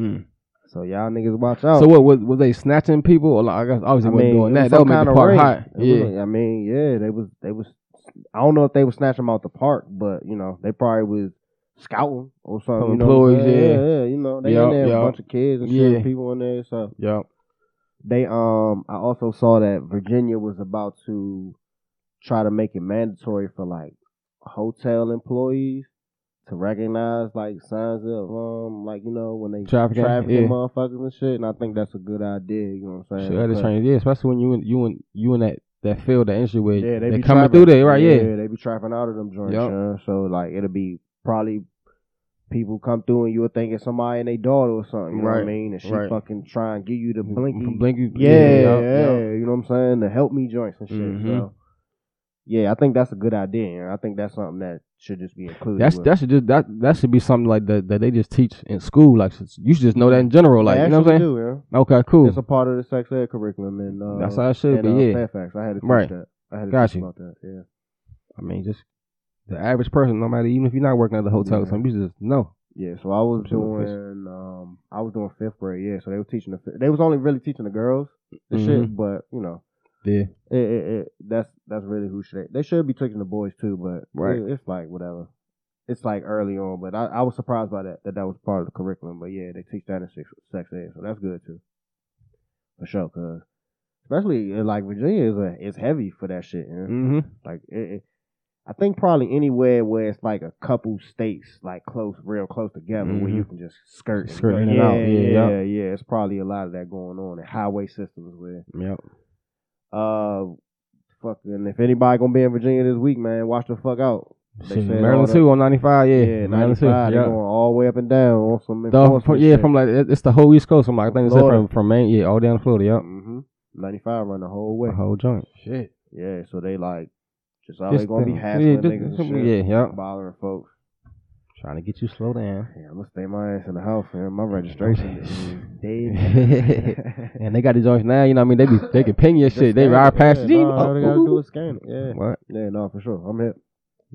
Speaker 5: Mm.
Speaker 3: So y'all niggas watch out.
Speaker 5: So what was was they snatching people? Or like, I guess obviously
Speaker 3: I
Speaker 5: they wasn't
Speaker 3: mean,
Speaker 5: doing
Speaker 3: it
Speaker 5: that.
Speaker 3: was
Speaker 5: That
Speaker 3: some
Speaker 5: would make
Speaker 3: kind
Speaker 5: the
Speaker 3: of
Speaker 5: park
Speaker 3: raid.
Speaker 5: hot.
Speaker 3: It
Speaker 5: Yeah.
Speaker 3: was a- I mean, yeah, they was they was. I don't know if they was snatching them out the park, but you know they probably was scouting or something.
Speaker 5: Some
Speaker 3: You know, what I'm
Speaker 5: employees,
Speaker 3: saying?
Speaker 5: yeah.
Speaker 3: yeah, you know they
Speaker 5: Yup,
Speaker 3: in there
Speaker 5: yup.
Speaker 3: a bunch of kids and shit,
Speaker 5: Yeah.
Speaker 3: people in there. So
Speaker 5: Yep.
Speaker 3: they um, I also saw that Virginia was about to try to make it mandatory for like hotel employees to recognize like signs of um, like you know when they
Speaker 5: Trafficking,
Speaker 3: trafficking
Speaker 5: yeah.
Speaker 3: motherfuckers and shit, and I think that's a good idea. You know what I'm saying?
Speaker 5: Sure, that is
Speaker 3: But-
Speaker 5: training. Yeah, especially when you in you in you in that that field, that industry where
Speaker 3: Yeah, they,
Speaker 5: they
Speaker 3: be
Speaker 5: coming
Speaker 3: trapping.
Speaker 5: through there, right? Yeah.
Speaker 3: they be trapping out of them joints.
Speaker 5: Yup.
Speaker 3: yeah. So like, it'll be probably people come through and you would think it's somebody and they daughter or something. You know what I
Speaker 5: Right,
Speaker 3: mean? And she
Speaker 5: right.
Speaker 3: fucking try and give you the blinky.
Speaker 5: From Blinky.
Speaker 3: yeah,
Speaker 5: yup,
Speaker 3: yeah,
Speaker 5: yup.
Speaker 3: You know what I'm saying? The help me joints and shit.
Speaker 5: Mhm.
Speaker 3: So yeah, I think that's a good idea. And I think that's something that should just be included.
Speaker 5: That's
Speaker 3: with.
Speaker 5: that should just that that should be something like that that they just teach in school. Like you should just know that in general. Like
Speaker 3: They
Speaker 5: you know what I'm
Speaker 3: actually
Speaker 5: saying?
Speaker 3: do,
Speaker 5: Okay, cool.
Speaker 3: yeah. It's a part of the sex ed curriculum and uh,
Speaker 5: That's how it should
Speaker 3: and,
Speaker 5: be,
Speaker 3: uh,
Speaker 5: yeah.
Speaker 3: Fairfax. I had to teach
Speaker 5: Right.
Speaker 3: that. I had to
Speaker 5: Got
Speaker 3: teach
Speaker 5: you.
Speaker 3: about that. Yeah.
Speaker 5: I mean, just the average person, no matter even if you're not working at the hotel, or
Speaker 3: Yeah.
Speaker 5: something, you should just know.
Speaker 3: Yeah, so I was
Speaker 5: Some shit like this.
Speaker 3: doing, um, I was doing fifth grade. Yeah, so they were teaching the, fi- they was only really teaching the girls the shit, but you know,
Speaker 5: Mm-hmm. Yeah.
Speaker 3: it, it, it, that's that's really who should they should be teaching the boys too, but
Speaker 5: Right.
Speaker 3: it- it's like whatever, it's like early on. But I, I was surprised by that that that was part of the curriculum. But yeah, they teach that in sex, sex ed, so that's good too, for sure. Cause especially uh, like Virginia is a, is heavy for that shit. You know?
Speaker 5: Mm-hmm.
Speaker 3: Like it, it, I think probably anywhere where it's like a couple states, like close, real close together, where you can just skirt,
Speaker 5: Skirt
Speaker 3: and
Speaker 5: in
Speaker 3: go.
Speaker 5: and
Speaker 3: yeah,
Speaker 5: Mm-hmm. out, yeah,
Speaker 3: yeah, yeah,
Speaker 5: yeah.
Speaker 3: It's probably a lot of that going on in highway systems where,
Speaker 5: Yep.
Speaker 3: uh, fucking, if anybody gonna be in Virginia this week, man, watch the fuck out. They
Speaker 5: Shit,
Speaker 3: said all
Speaker 5: Maryland
Speaker 3: that-
Speaker 5: too on 95. Yeah.
Speaker 3: Yeah,
Speaker 5: Maryland
Speaker 3: ninety
Speaker 5: too.
Speaker 3: five, they're
Speaker 5: Yeah.
Speaker 3: going all the way up and down on some
Speaker 5: The,
Speaker 3: enforcement
Speaker 5: from, yeah,
Speaker 3: shit.
Speaker 5: from like it- it's the whole East Coast. From like I think it's
Speaker 3: Florida.
Speaker 5: from from Maine. Yeah, all down to Florida. Yep.
Speaker 3: Mhm. ninety five run the whole way.
Speaker 5: The whole joint.
Speaker 4: Shit.
Speaker 3: Yeah, so they like just always
Speaker 5: Just
Speaker 3: gonna be
Speaker 5: them-
Speaker 3: hassling
Speaker 5: yeah, just-
Speaker 3: niggas and
Speaker 5: something-
Speaker 3: shit,
Speaker 5: yeah, yeah.
Speaker 3: bothering folks.
Speaker 5: Trying to get you slow down.
Speaker 3: Yeah, I'm gonna stay my ass in the house, man. My registration is dead.
Speaker 5: and they got these joints now. You know, what I mean, they be
Speaker 3: [LAUGHS]
Speaker 5: they can ping your [LAUGHS] shit. They ride past
Speaker 3: yeah,
Speaker 5: you. Oh.
Speaker 3: nah, all they gotta do is scan it. Yeah,
Speaker 5: What?
Speaker 3: yeah, no, for sure. I'm hip.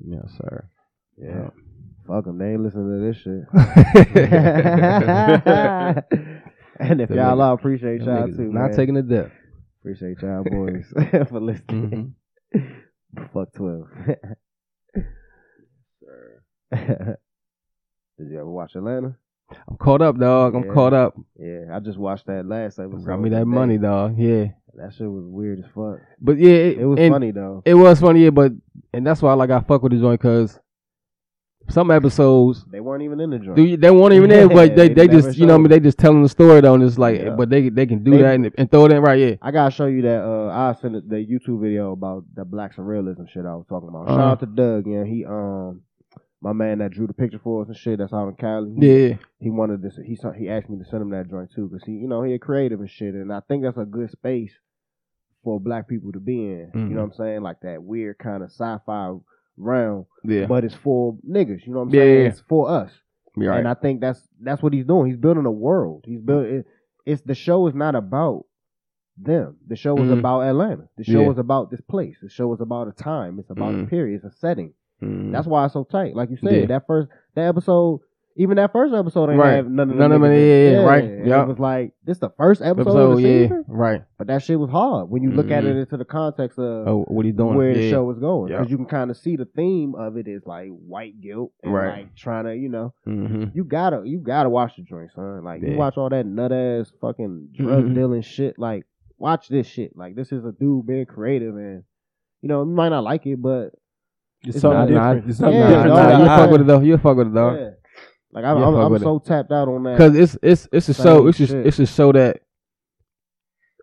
Speaker 5: Yes, sir.
Speaker 3: Yeah, fuck them. They ain't listening to this
Speaker 5: [LAUGHS]
Speaker 3: shit.
Speaker 5: Them
Speaker 3: and if
Speaker 5: Them
Speaker 3: y'all all appreciate y'all
Speaker 5: niggas
Speaker 3: too,
Speaker 5: Not
Speaker 3: man.
Speaker 5: taking
Speaker 3: [LAUGHS]
Speaker 5: a dip.
Speaker 3: appreciate y'all
Speaker 5: [LAUGHS]
Speaker 3: boys [LAUGHS] for listening.
Speaker 5: Mhm. Mm-hmm.
Speaker 3: Fuck twelve. [LAUGHS] Did you ever watch Atlanta?
Speaker 5: I'm caught up, dog. I'm
Speaker 3: Yeah.
Speaker 5: caught up.
Speaker 3: Yeah, I just watched that last episode.
Speaker 5: Got me
Speaker 3: today.
Speaker 5: that money, dog. Yeah.
Speaker 3: That shit was weird as fuck.
Speaker 5: But yeah, it,
Speaker 3: It was
Speaker 5: and-
Speaker 3: funny though.
Speaker 5: It was funny, yeah, but and that's why like I fuck with the joint because some episodes
Speaker 3: They weren't even in the joint.
Speaker 5: do you, they
Speaker 3: [LAUGHS]
Speaker 5: weren't even there, but
Speaker 3: Yeah,
Speaker 5: they, they
Speaker 3: they never
Speaker 5: just you know what I mean
Speaker 3: showed
Speaker 5: they just telling the story though, and it's like
Speaker 3: Yeah.
Speaker 5: but they they can do
Speaker 3: They-
Speaker 5: that and, and throw it in right, yeah.
Speaker 3: I gotta show you that. Uh, I sent it- the YouTube video about the black surrealism shit I was talking about. Shout
Speaker 5: Uh-huh.
Speaker 3: out to Doug. Yeah, he um, my man that drew the picture for us and shit. That's out in Cali. He-
Speaker 5: Yeah,
Speaker 3: He wanted this. He sent- he asked me to send him that joint too, cause he you know he a creative and shit, and I think that's a good space for black people to be in.
Speaker 5: Mhm.
Speaker 3: You know what I'm saying? Like that weird kind of sci-fi realm,
Speaker 5: yeah.
Speaker 3: but it's for niggas. You know what I'm
Speaker 5: Yeah,
Speaker 3: saying?
Speaker 5: yeah.
Speaker 3: It's for us.
Speaker 5: You right.
Speaker 3: And I think that's that's what he's doing. He's building a world. He's building. It, it's the show is not about them. The show is
Speaker 5: Mhm.
Speaker 3: about Atlanta. The show
Speaker 5: Yeah.
Speaker 3: is about this place. The show is about a time. It's about
Speaker 5: Mhm.
Speaker 3: a period. It's a setting.
Speaker 5: Mm.
Speaker 3: That's why it's so tight. Like you said,
Speaker 5: Yeah.
Speaker 3: that first that episde, even that first episode ain't
Speaker 5: Right.
Speaker 3: have none of
Speaker 5: None of
Speaker 3: them
Speaker 5: it,
Speaker 3: niggas in
Speaker 5: yeah,
Speaker 3: it.
Speaker 5: yeah, right.
Speaker 3: And
Speaker 5: Yup.
Speaker 3: It was like this the first episode, of
Speaker 5: episode,
Speaker 3: the
Speaker 5: yeah,
Speaker 3: season,
Speaker 5: right.
Speaker 3: but that shit was hard when you look at
Speaker 5: Mhm.
Speaker 3: it into the context of
Speaker 5: Oh, what he's doing?
Speaker 3: where the
Speaker 5: Yeah.
Speaker 3: show is going
Speaker 5: Yup.
Speaker 3: because you can kind of see the theme of it is like white guilt and
Speaker 5: Right.
Speaker 3: like trying to you know
Speaker 5: Mhm.
Speaker 3: you gotta you gotta watch the joint, son. Like you
Speaker 5: Yeah.
Speaker 3: watch all that nut ass
Speaker 5: [LAUGHS]
Speaker 3: fucking drug
Speaker 5: Mhm.
Speaker 3: dealing shit. Like watch this shit. Like this is a dude being creative and you know you might not like it, but
Speaker 4: It's,
Speaker 3: It's
Speaker 4: something
Speaker 3: not-
Speaker 4: different.
Speaker 3: not-
Speaker 4: it's
Speaker 5: Nah,
Speaker 4: something
Speaker 3: Yeah,
Speaker 5: nah,
Speaker 3: dog,
Speaker 5: nah,
Speaker 3: I-
Speaker 5: you'll
Speaker 3: I-
Speaker 5: fuck with it though. You'll fuck with it though.
Speaker 3: yeah. like I'm
Speaker 5: Uh, Yeah,
Speaker 3: I'm,
Speaker 5: fuck
Speaker 3: I'm
Speaker 5: with
Speaker 3: so tapped out on that.
Speaker 5: Cause it's it's it's a
Speaker 3: Same
Speaker 5: show. It's just
Speaker 3: shit.
Speaker 5: it's a show that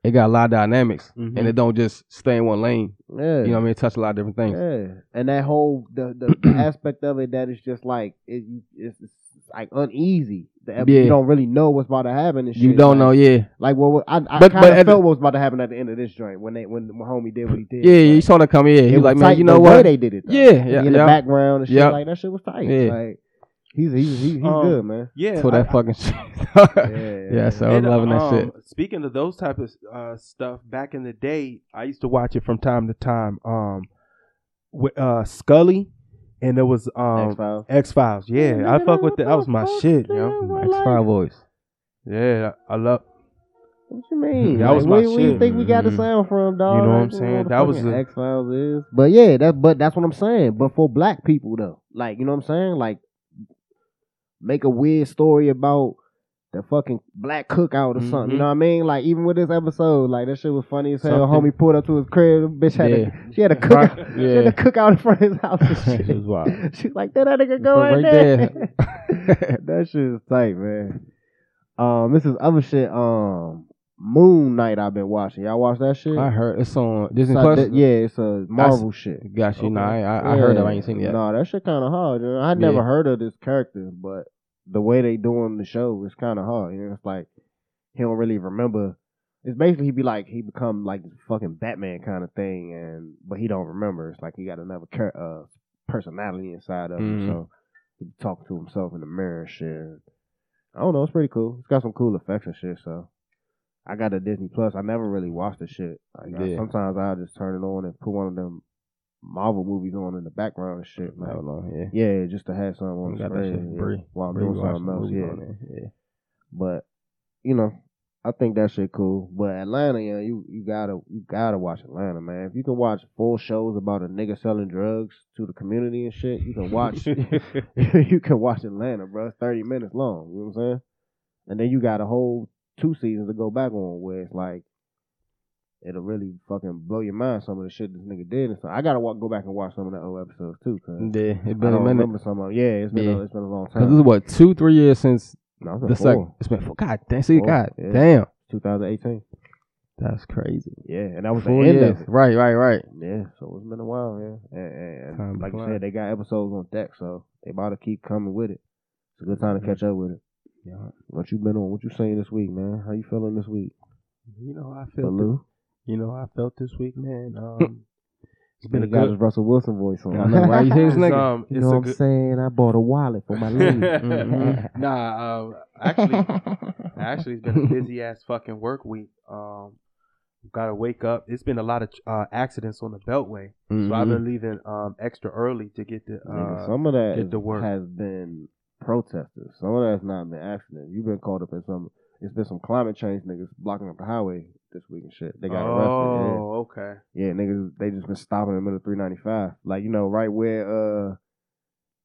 Speaker 5: it got a lot of dynamics,
Speaker 4: Mhm.
Speaker 5: and it don't just stay in one lane.
Speaker 3: Mm-hmm. Yeah,
Speaker 5: You know what I mean? It touch a lot of different things.
Speaker 3: yeah. And that whole the, the,
Speaker 5: [CLEARS THROAT]
Speaker 3: the aspect of it that is just like it, you- it's, it's like uneasy. The ep-
Speaker 5: Yeah.
Speaker 3: You don't really know what's about to happen. And shit.
Speaker 5: You
Speaker 3: like,
Speaker 5: don't know, yeah,
Speaker 3: Like well, what- I, I
Speaker 5: But-
Speaker 3: kind
Speaker 5: but
Speaker 3: of
Speaker 5: at
Speaker 3: felt what was about to happen at the end of this joint when they when, when homie did what he did.
Speaker 5: yeah.
Speaker 3: Like,
Speaker 5: You saw that come in.
Speaker 3: It
Speaker 5: He was
Speaker 3: was
Speaker 5: like, man,
Speaker 3: tight
Speaker 5: you
Speaker 3: the
Speaker 5: know
Speaker 3: way
Speaker 5: what?
Speaker 3: they did it. Though.
Speaker 5: Yeah,
Speaker 3: Like,
Speaker 5: yeah,
Speaker 3: in the
Speaker 5: yeah.
Speaker 3: background and shit
Speaker 5: Yeah.
Speaker 3: like that. Shit was tight.
Speaker 5: Yeah.
Speaker 3: Like he's he's he's, he's
Speaker 4: Um,
Speaker 3: good,
Speaker 4: [LAUGHS]
Speaker 3: man.
Speaker 4: Yeah,
Speaker 5: For
Speaker 4: I-
Speaker 5: that fucking shit. [LAUGHS]
Speaker 3: Yeah,
Speaker 5: yeah, so I was
Speaker 4: And,
Speaker 5: loving that
Speaker 4: um,
Speaker 5: shit.
Speaker 4: Speaking of those type of uh, stuff, back in the day, I used to watch it from time to time. Um, with uh, Scully, and it was um
Speaker 3: X-Files.
Speaker 4: X Files. Yeah, I fuck with that. That was my shit, yo.
Speaker 5: X Five voice.
Speaker 4: Yeah, I love. [LAUGHS]
Speaker 3: What you mean?
Speaker 4: that
Speaker 3: Like,
Speaker 4: was my
Speaker 3: where, where you
Speaker 4: shit. Mm-hmm.
Speaker 3: think we got the
Speaker 5: Mhm.
Speaker 3: sound from, dog?
Speaker 4: You know what I'm saying? That was a-
Speaker 3: X Files is. But yeah, that but that's what I'm saying. But for black people though, like you know what I'm saying? Like make a weird story about the fucking black cookout or something. You
Speaker 4: Mhm.
Speaker 3: know what I mean? Like even with this episode, like that shit was funny as hell.
Speaker 4: Something.
Speaker 3: Homie pulled up to his crib, bitch had
Speaker 5: Yeah.
Speaker 3: a, she had a cookout,
Speaker 5: Right.
Speaker 3: [LAUGHS] she had
Speaker 5: Yeah.
Speaker 3: a cookout in front of his house.
Speaker 4: [LAUGHS]
Speaker 3: And
Speaker 5: She
Speaker 3: shit.
Speaker 5: was [LAUGHS]
Speaker 3: [LAUGHS]
Speaker 5: wild.
Speaker 3: She's like, that other nigga go
Speaker 5: Right
Speaker 3: right there. [LAUGHS] that shit is tight, man. Um, this is other shit. Um, Moon Knight I've been watching. Y'all watch that shit?
Speaker 5: I heard it's on
Speaker 3: It's
Speaker 5: Disney
Speaker 3: a-
Speaker 5: Plus.
Speaker 3: that- yeah, it's a Marvel shit.
Speaker 5: Gosh, you
Speaker 3: Okay.
Speaker 5: know, I, I, I heard of. it, I ain't seen it yet.
Speaker 3: No, that shit kind of hard. You know? I never
Speaker 5: Yeah.
Speaker 3: heard of this character, but the way they doing the show is kind of hard. You know, it's like he don't really remember. It's basically he be like he become like this fucking Batman kind of thing, and but he don't remember. It's like he got another char- uh, personality inside of him,
Speaker 5: Mhm.
Speaker 3: so he talk to himself in the mirror and shit. I don't know. It's pretty cool. It's got some cool effects and shit. So I got a Disney Plus. I never really watched the shit. Like, I-
Speaker 5: Yeah.
Speaker 3: sometimes I'll just turn it on and put one of them Marvel movies on in the background and shit.
Speaker 5: I
Speaker 3: Like,
Speaker 5: don't know. Yeah.
Speaker 3: yeah, just to have something on the
Speaker 5: Got that shit
Speaker 3: screen
Speaker 5: from
Speaker 3: yeah,
Speaker 5: Bree.
Speaker 3: while I'm
Speaker 5: Bree
Speaker 3: doing
Speaker 5: watching
Speaker 3: something else.
Speaker 5: movies on
Speaker 3: Yeah,
Speaker 5: there, yeah.
Speaker 3: but you know, I think that shit cool. But Atlanta, yeah, you you gotta you gotta watch Atlanta, man. If you can watch full shows about a nigga selling drugs to the community and shit, you can
Speaker 5: [LAUGHS]
Speaker 3: watch [LAUGHS] you can watch Atlanta, bro. It's thirty minutes long. You know what I'm saying? And then you got a whole two seasons to go back on where it's like it'll really fucking blow your mind some of the shit this nigga did. And so I gotta walk, go back and watch some of that old episodes too, cause
Speaker 5: Yeah, it
Speaker 3: I
Speaker 5: been a
Speaker 3: don't
Speaker 5: minute.
Speaker 3: remember some of. Yeah, it's been a,
Speaker 5: Yeah.
Speaker 3: it's been a long
Speaker 5: Cause this
Speaker 3: time.
Speaker 5: is what two, three years since
Speaker 3: No, it's been
Speaker 5: the
Speaker 3: four.
Speaker 5: second. It's been four. God damn. See,
Speaker 3: Four,
Speaker 5: God
Speaker 3: yeah.
Speaker 5: damn.
Speaker 3: 2018.
Speaker 5: That's crazy.
Speaker 3: Yeah, and that was
Speaker 5: Four
Speaker 3: the end
Speaker 5: years.
Speaker 3: of it.
Speaker 5: Right, right, right.
Speaker 3: Yeah, so it's been a while, yeah. And, and, and
Speaker 5: Time
Speaker 3: like you
Speaker 5: flies.
Speaker 3: said, they got episodes on deck, so they about to keep coming with it. It's a good time to catch up with it.
Speaker 5: Yeah.
Speaker 3: What you been on? What you saying this week, man? How you feeling this week,
Speaker 4: [LAUGHS] You know, I felt.
Speaker 3: Baloo?
Speaker 4: You know, I felt this week,
Speaker 5: [LAUGHS]
Speaker 4: man. Um, it's been
Speaker 3: He
Speaker 4: a
Speaker 3: got
Speaker 4: good.
Speaker 3: his Russell Wilson voice on.
Speaker 5: I know, right? You hear
Speaker 3: [LAUGHS]
Speaker 5: this
Speaker 4: It's,
Speaker 5: nigga?
Speaker 4: um,
Speaker 3: You
Speaker 4: it's
Speaker 3: know
Speaker 4: a
Speaker 3: what I'm
Speaker 4: good.
Speaker 3: saying? I bought a wallet
Speaker 5: [LAUGHS]
Speaker 3: for my lady.
Speaker 5: Mhm.
Speaker 4: [LAUGHS] Nah, um, actually, actually, it's
Speaker 5: [LAUGHS]
Speaker 4: been a busy ass fucking work week. Um, gotta wake up. It's been a lot of uh, accidents on the Beltway, so
Speaker 5: Mm-hmm.
Speaker 4: I've been leaving um extra early to get the.
Speaker 3: Nigga,
Speaker 4: Uh,
Speaker 3: Some of that
Speaker 4: get
Speaker 3: is-
Speaker 4: to work.
Speaker 3: has been protesters. Some of that's not been accident. You've been caught up in some. It's been some climate change niggas blocking up the highway this week and shit. They got arrested. yeah.
Speaker 4: oh, okay.
Speaker 3: Yeah, niggas, they just been stopping in the middle of 395. Like, you know, right where, uh,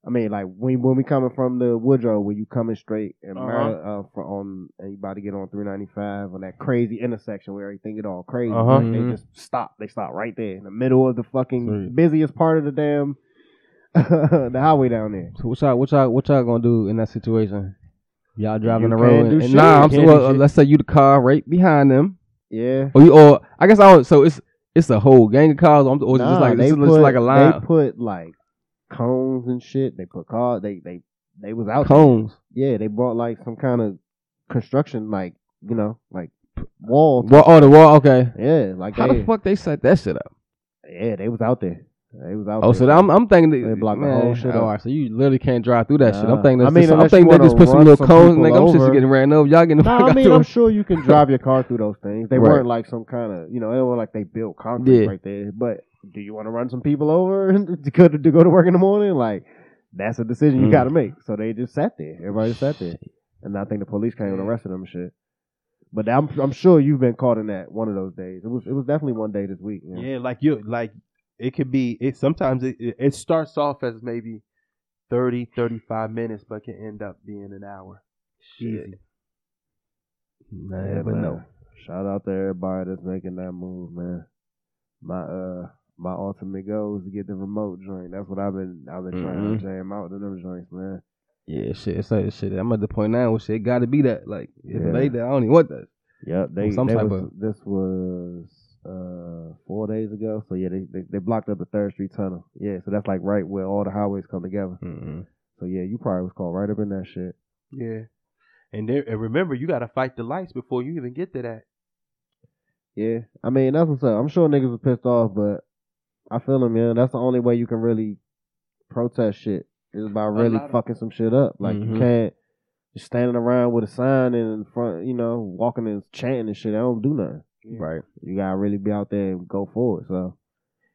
Speaker 3: I mean, like, when, when we coming from the Woodrow, where you coming straight and
Speaker 4: Uh-huh.
Speaker 3: Mar- uh, fro- on, and you about to get on 395 on that crazy intersection where everything get all crazy.
Speaker 4: Uh-huh.
Speaker 3: Like, they
Speaker 5: Mhm.
Speaker 3: just stop. They stop right there in the middle of the fucking
Speaker 4: Sweet.
Speaker 3: busiest part of the damn, [LAUGHS] the highway down there.
Speaker 5: So what y'all, what y'all, what y'all gonna do in that situation? Y'all driving
Speaker 3: You
Speaker 5: the
Speaker 3: can't do
Speaker 5: road, and,
Speaker 3: shit.
Speaker 5: and nah,
Speaker 3: You
Speaker 5: I'm
Speaker 3: can't
Speaker 5: so,
Speaker 3: do
Speaker 5: well, uh,
Speaker 3: shit.
Speaker 5: let's say you the car right behind them,
Speaker 3: Yeah.
Speaker 5: or you, or I guess I don't. So it's it's a whole gang of cars, or, or it's just
Speaker 3: Nah,
Speaker 5: like
Speaker 3: they
Speaker 5: this is
Speaker 3: put,
Speaker 5: just like a
Speaker 3: They
Speaker 5: line
Speaker 3: put, like, cones and shit. They put cars, they, they, they was out there.
Speaker 5: cones,
Speaker 3: Yeah, they brought like some kind of construction, like you know, like wall.
Speaker 5: wall, oh the wall, okay.
Speaker 3: Yeah, like
Speaker 5: How
Speaker 3: they,
Speaker 5: the fuck they set that shit up?
Speaker 3: yeah, they was out there. They was out
Speaker 5: Oh,
Speaker 3: there.
Speaker 5: so I'm [LAUGHS] I'm thinking that,
Speaker 3: They blocked the
Speaker 5: man,
Speaker 3: whole shit up.
Speaker 5: All right, so you literally can't drive through that shit. I'm
Speaker 3: Nah.
Speaker 5: thinking.
Speaker 3: I
Speaker 5: That's
Speaker 3: mean,
Speaker 5: just- I'm
Speaker 3: unless you
Speaker 5: thinking they
Speaker 3: wanna
Speaker 5: just put some
Speaker 3: run
Speaker 5: little
Speaker 3: some
Speaker 5: cones,
Speaker 3: people
Speaker 5: nigga. I'm just
Speaker 3: over.
Speaker 5: getting ran over. Y'all getting the
Speaker 3: Nah,
Speaker 5: fuck
Speaker 3: I
Speaker 5: out
Speaker 3: mean,
Speaker 5: through
Speaker 3: I'm
Speaker 5: [LAUGHS] it.
Speaker 3: sure you can drive your car through those things. They
Speaker 5: Right.
Speaker 3: weren't like some kind of, you know, they were like they built concrete
Speaker 5: Yeah.
Speaker 3: right there. But do you want to run some people over [LAUGHS] to go to, to go to work in the morning? Like that's a decision you
Speaker 5: Mm.
Speaker 3: got to make. So they just sat there. Everybody sat there, and I think the police came and arrested them and shit. But I'm I'm sure you've been caught in that one of those days. It was it was definitely one day this week. Yeah.
Speaker 4: Yeah, like you like it could be it sometimes it, it it starts off as maybe 30 35 minutes but can end up being an hour. Easy.
Speaker 3: Yeah, man. Shout out to everybody that's making that move, man. My uh my ultimate goal is to get the remote joint. That's what I've been I've been trying to jam out to them joints, man.
Speaker 5: Yeah, shit. It's like shit. I'm at the point now where shit got to be that. Like, if
Speaker 3: Yeah.
Speaker 5: it ain't that, I don't even want that.
Speaker 3: Yep, they,
Speaker 5: some
Speaker 3: they
Speaker 5: type
Speaker 3: was-
Speaker 5: of-
Speaker 3: this was uh four days ago. So yeah, they, they they blocked up the Third Street Tunnel. Yeah, so that's like right where all the highways come together. So yeah, you probably was caught right up in that shit.
Speaker 4: Yeah. And there and remember you got to fight the lights before you even get to that.
Speaker 3: Yeah, I mean that's what's up. I'm sure niggas are pissed off, but I feel them, man. That's the only way you can really protest shit is by really
Speaker 4: lot of- Mm-hmm.
Speaker 3: fucking some shit up. Like
Speaker 5: Mhm.
Speaker 3: you can't just standing around with a sign and in front, you know, walking and chanting and shit. I don't do nothing.
Speaker 5: Right.
Speaker 3: You gotta really be out there and go forward. So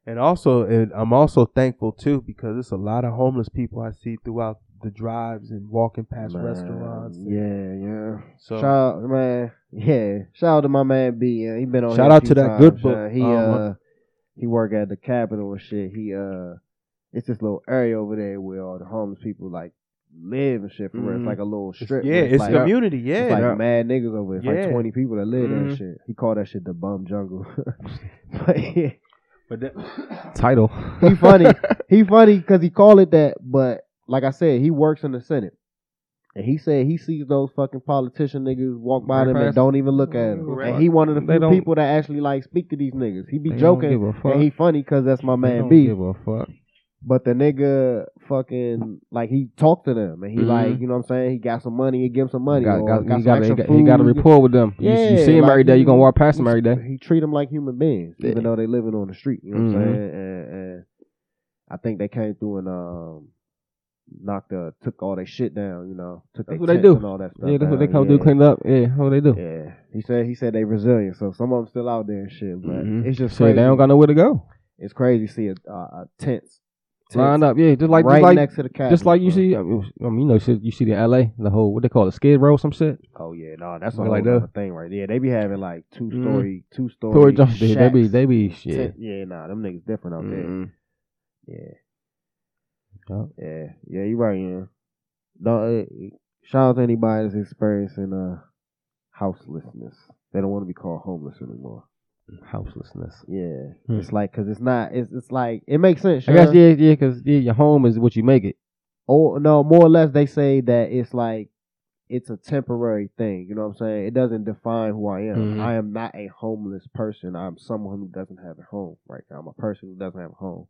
Speaker 4: And also and I'm also thankful too because it's a lot of homeless people I see throughout the drives and walking past
Speaker 3: man,
Speaker 4: restaurants. and-
Speaker 3: Yeah, yeah.
Speaker 4: So
Speaker 3: shout out, man. Yeah, shout out to my man B. Yeah, he been on.
Speaker 4: Shout
Speaker 3: here a
Speaker 4: out to
Speaker 3: few
Speaker 4: that
Speaker 3: times,
Speaker 4: good book.
Speaker 3: yeah. He
Speaker 4: Um,
Speaker 3: uh, he work at the Capitol and shit. He uh, it's this little area over there where all the homeless people like live and shit. For real,
Speaker 4: Mhm.
Speaker 3: it's like a little strip.
Speaker 4: yeah,
Speaker 3: where
Speaker 4: it's
Speaker 3: like,
Speaker 4: community. Yeah.
Speaker 3: It's like mad niggas over. It's
Speaker 4: Yeah.
Speaker 3: like twenty people that live there
Speaker 4: Mhm.
Speaker 3: and shit. He called that shit the bum jungle. [LAUGHS] but yeah,
Speaker 4: but that,
Speaker 5: Title.
Speaker 3: he
Speaker 5: [LAUGHS]
Speaker 3: funny. he funny because he call it that. But like I said, he works in the Senate, and he said he sees those fucking politician niggas walk by
Speaker 5: Right
Speaker 3: them
Speaker 5: past-
Speaker 3: and don't even look at him.
Speaker 4: Right.
Speaker 3: And he one of the
Speaker 5: They
Speaker 3: few
Speaker 5: don't-
Speaker 3: people that actually like speak to these niggas. He be joking,
Speaker 5: Give a fuck.
Speaker 3: and he funny because that's my
Speaker 5: They
Speaker 3: man
Speaker 5: don't
Speaker 3: B.
Speaker 5: Give a fuck.
Speaker 3: But the nigga fucking like he talked to them, and he
Speaker 5: Mhm.
Speaker 3: like you know what I'm saying. He got some money. He give him some money.
Speaker 5: Got,
Speaker 3: or
Speaker 5: got,
Speaker 3: got some
Speaker 5: he, got, he,
Speaker 3: extra
Speaker 5: got, he got a
Speaker 3: food.
Speaker 5: rapport with them. You- you,
Speaker 3: Yeah,
Speaker 5: see him
Speaker 3: like
Speaker 5: every day. You
Speaker 3: he-
Speaker 5: gonna walk past him
Speaker 3: he-
Speaker 5: every day.
Speaker 3: He treat them like human beings,
Speaker 5: Yeah.
Speaker 3: even though they living on the street. You know what I'm
Speaker 5: Mhm.
Speaker 3: saying? And, and I think they came through and um knocked the took all their shit down. You know, took
Speaker 5: That's
Speaker 3: their
Speaker 5: what they
Speaker 3: tents
Speaker 5: do.
Speaker 3: and all that stuff.
Speaker 5: Yeah, that's what they
Speaker 3: down,
Speaker 5: come
Speaker 3: yeah.
Speaker 5: do. Clean it up. Yeah, how they do.
Speaker 3: Yeah, he said he said they resilient, so some of them still out there and shit. But
Speaker 5: Mhm.
Speaker 3: it's just
Speaker 5: Shit,
Speaker 3: crazy.
Speaker 5: they don't got nowhere to go.
Speaker 3: it's crazy to see a, a, a tents
Speaker 5: Line up. Yeah, just like
Speaker 3: right
Speaker 5: just like
Speaker 3: next to the cat,
Speaker 5: Just like you see, I mean, I mean, you know, shit, you see the L.A. the whole what they call it, skid row, some shit.
Speaker 3: Oh yeah, no, that's a
Speaker 5: Be
Speaker 3: whole
Speaker 5: like
Speaker 3: like
Speaker 5: that.
Speaker 3: thing right there. They be having like two
Speaker 5: Mhm.
Speaker 3: story, two story,
Speaker 5: Tory Jones, they- they be,
Speaker 3: shacks.
Speaker 5: they be, shit.
Speaker 3: Tent- yeah, nah, them niggas different out there.
Speaker 5: Mm-mm.
Speaker 3: Yeah.
Speaker 5: Mm-hmm. Yup.
Speaker 3: Yeah. Yeah, you right, yeah. Don't, uh, shout out to anybody that's experiencing uh houselessness. They don't want to be called homeless anymore.
Speaker 5: Houselessness.
Speaker 3: Yeah.
Speaker 5: Hmm.
Speaker 3: It's like cuz it's not it's it's like it makes sense.
Speaker 5: I guess
Speaker 3: sure.
Speaker 5: yeah, yeah, because yeah, your home is what you make it.
Speaker 3: Oh, no, more or less they say that it's like it's a temporary thing, you know what I'm saying? It doesn't define who I am.
Speaker 5: Mhm.
Speaker 3: I am not a homeless person. I'm someone who doesn't have a home right now. I'm a person who doesn't have a home.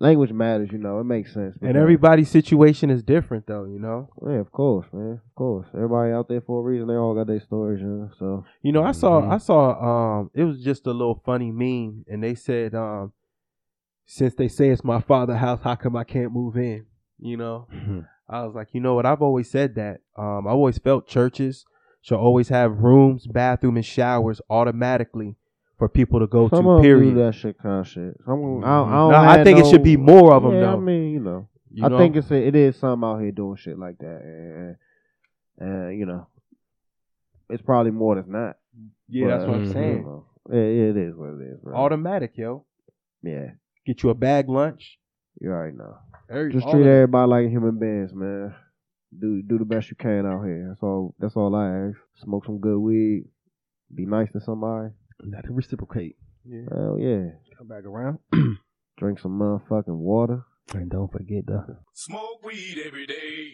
Speaker 3: Language matters, you know. It makes sense.
Speaker 4: and
Speaker 3: because-
Speaker 4: everybody's situation is different though, you know.
Speaker 3: Yeah, of course, man. Of course. Everybody out there for a reason. They all got their stories, you know. So
Speaker 4: You know, I saw
Speaker 3: Mm-hmm.
Speaker 5: Mhm.
Speaker 4: I saw um it was just a little funny meme and they said um since they say it's my father house, how come I can't move in? You know? I was like, you know what, I've always said that. Um I always felt churches should always have rooms, bathroom and showers automatically for people to go
Speaker 3: some
Speaker 4: to,
Speaker 3: of 'em do
Speaker 4: period.
Speaker 3: that shit kind of shit. Some of 'em- I, don't- I,
Speaker 4: No,
Speaker 3: don't
Speaker 4: I
Speaker 3: have
Speaker 4: think it
Speaker 3: no-
Speaker 4: should be more of them
Speaker 3: yeah,
Speaker 4: though.
Speaker 3: I mean, you know,
Speaker 4: you
Speaker 3: I
Speaker 4: know?
Speaker 3: think it's it is some out here doing shit like that, and, and you know, it's probably more than not.
Speaker 4: Yeah, that's
Speaker 3: but,
Speaker 4: what I'm
Speaker 3: you
Speaker 4: saying.
Speaker 3: know, it, it is what it is, bro.
Speaker 4: Automatic, yo.
Speaker 3: yeah,
Speaker 4: Get you a bag lunch.
Speaker 3: you already know.
Speaker 4: Every-
Speaker 3: Just
Speaker 4: all
Speaker 3: treat
Speaker 4: of it.
Speaker 3: everybody like human beings, man. Do do the best you can out here. That's all. That's all I ask. Smoke some good weed. Be nice to somebody.
Speaker 5: Not to reciprocate.
Speaker 3: Hell yeah.
Speaker 5: Come back around
Speaker 3: drink some motherfucking water.
Speaker 5: and don't forget the
Speaker 1: Smoke weed every day.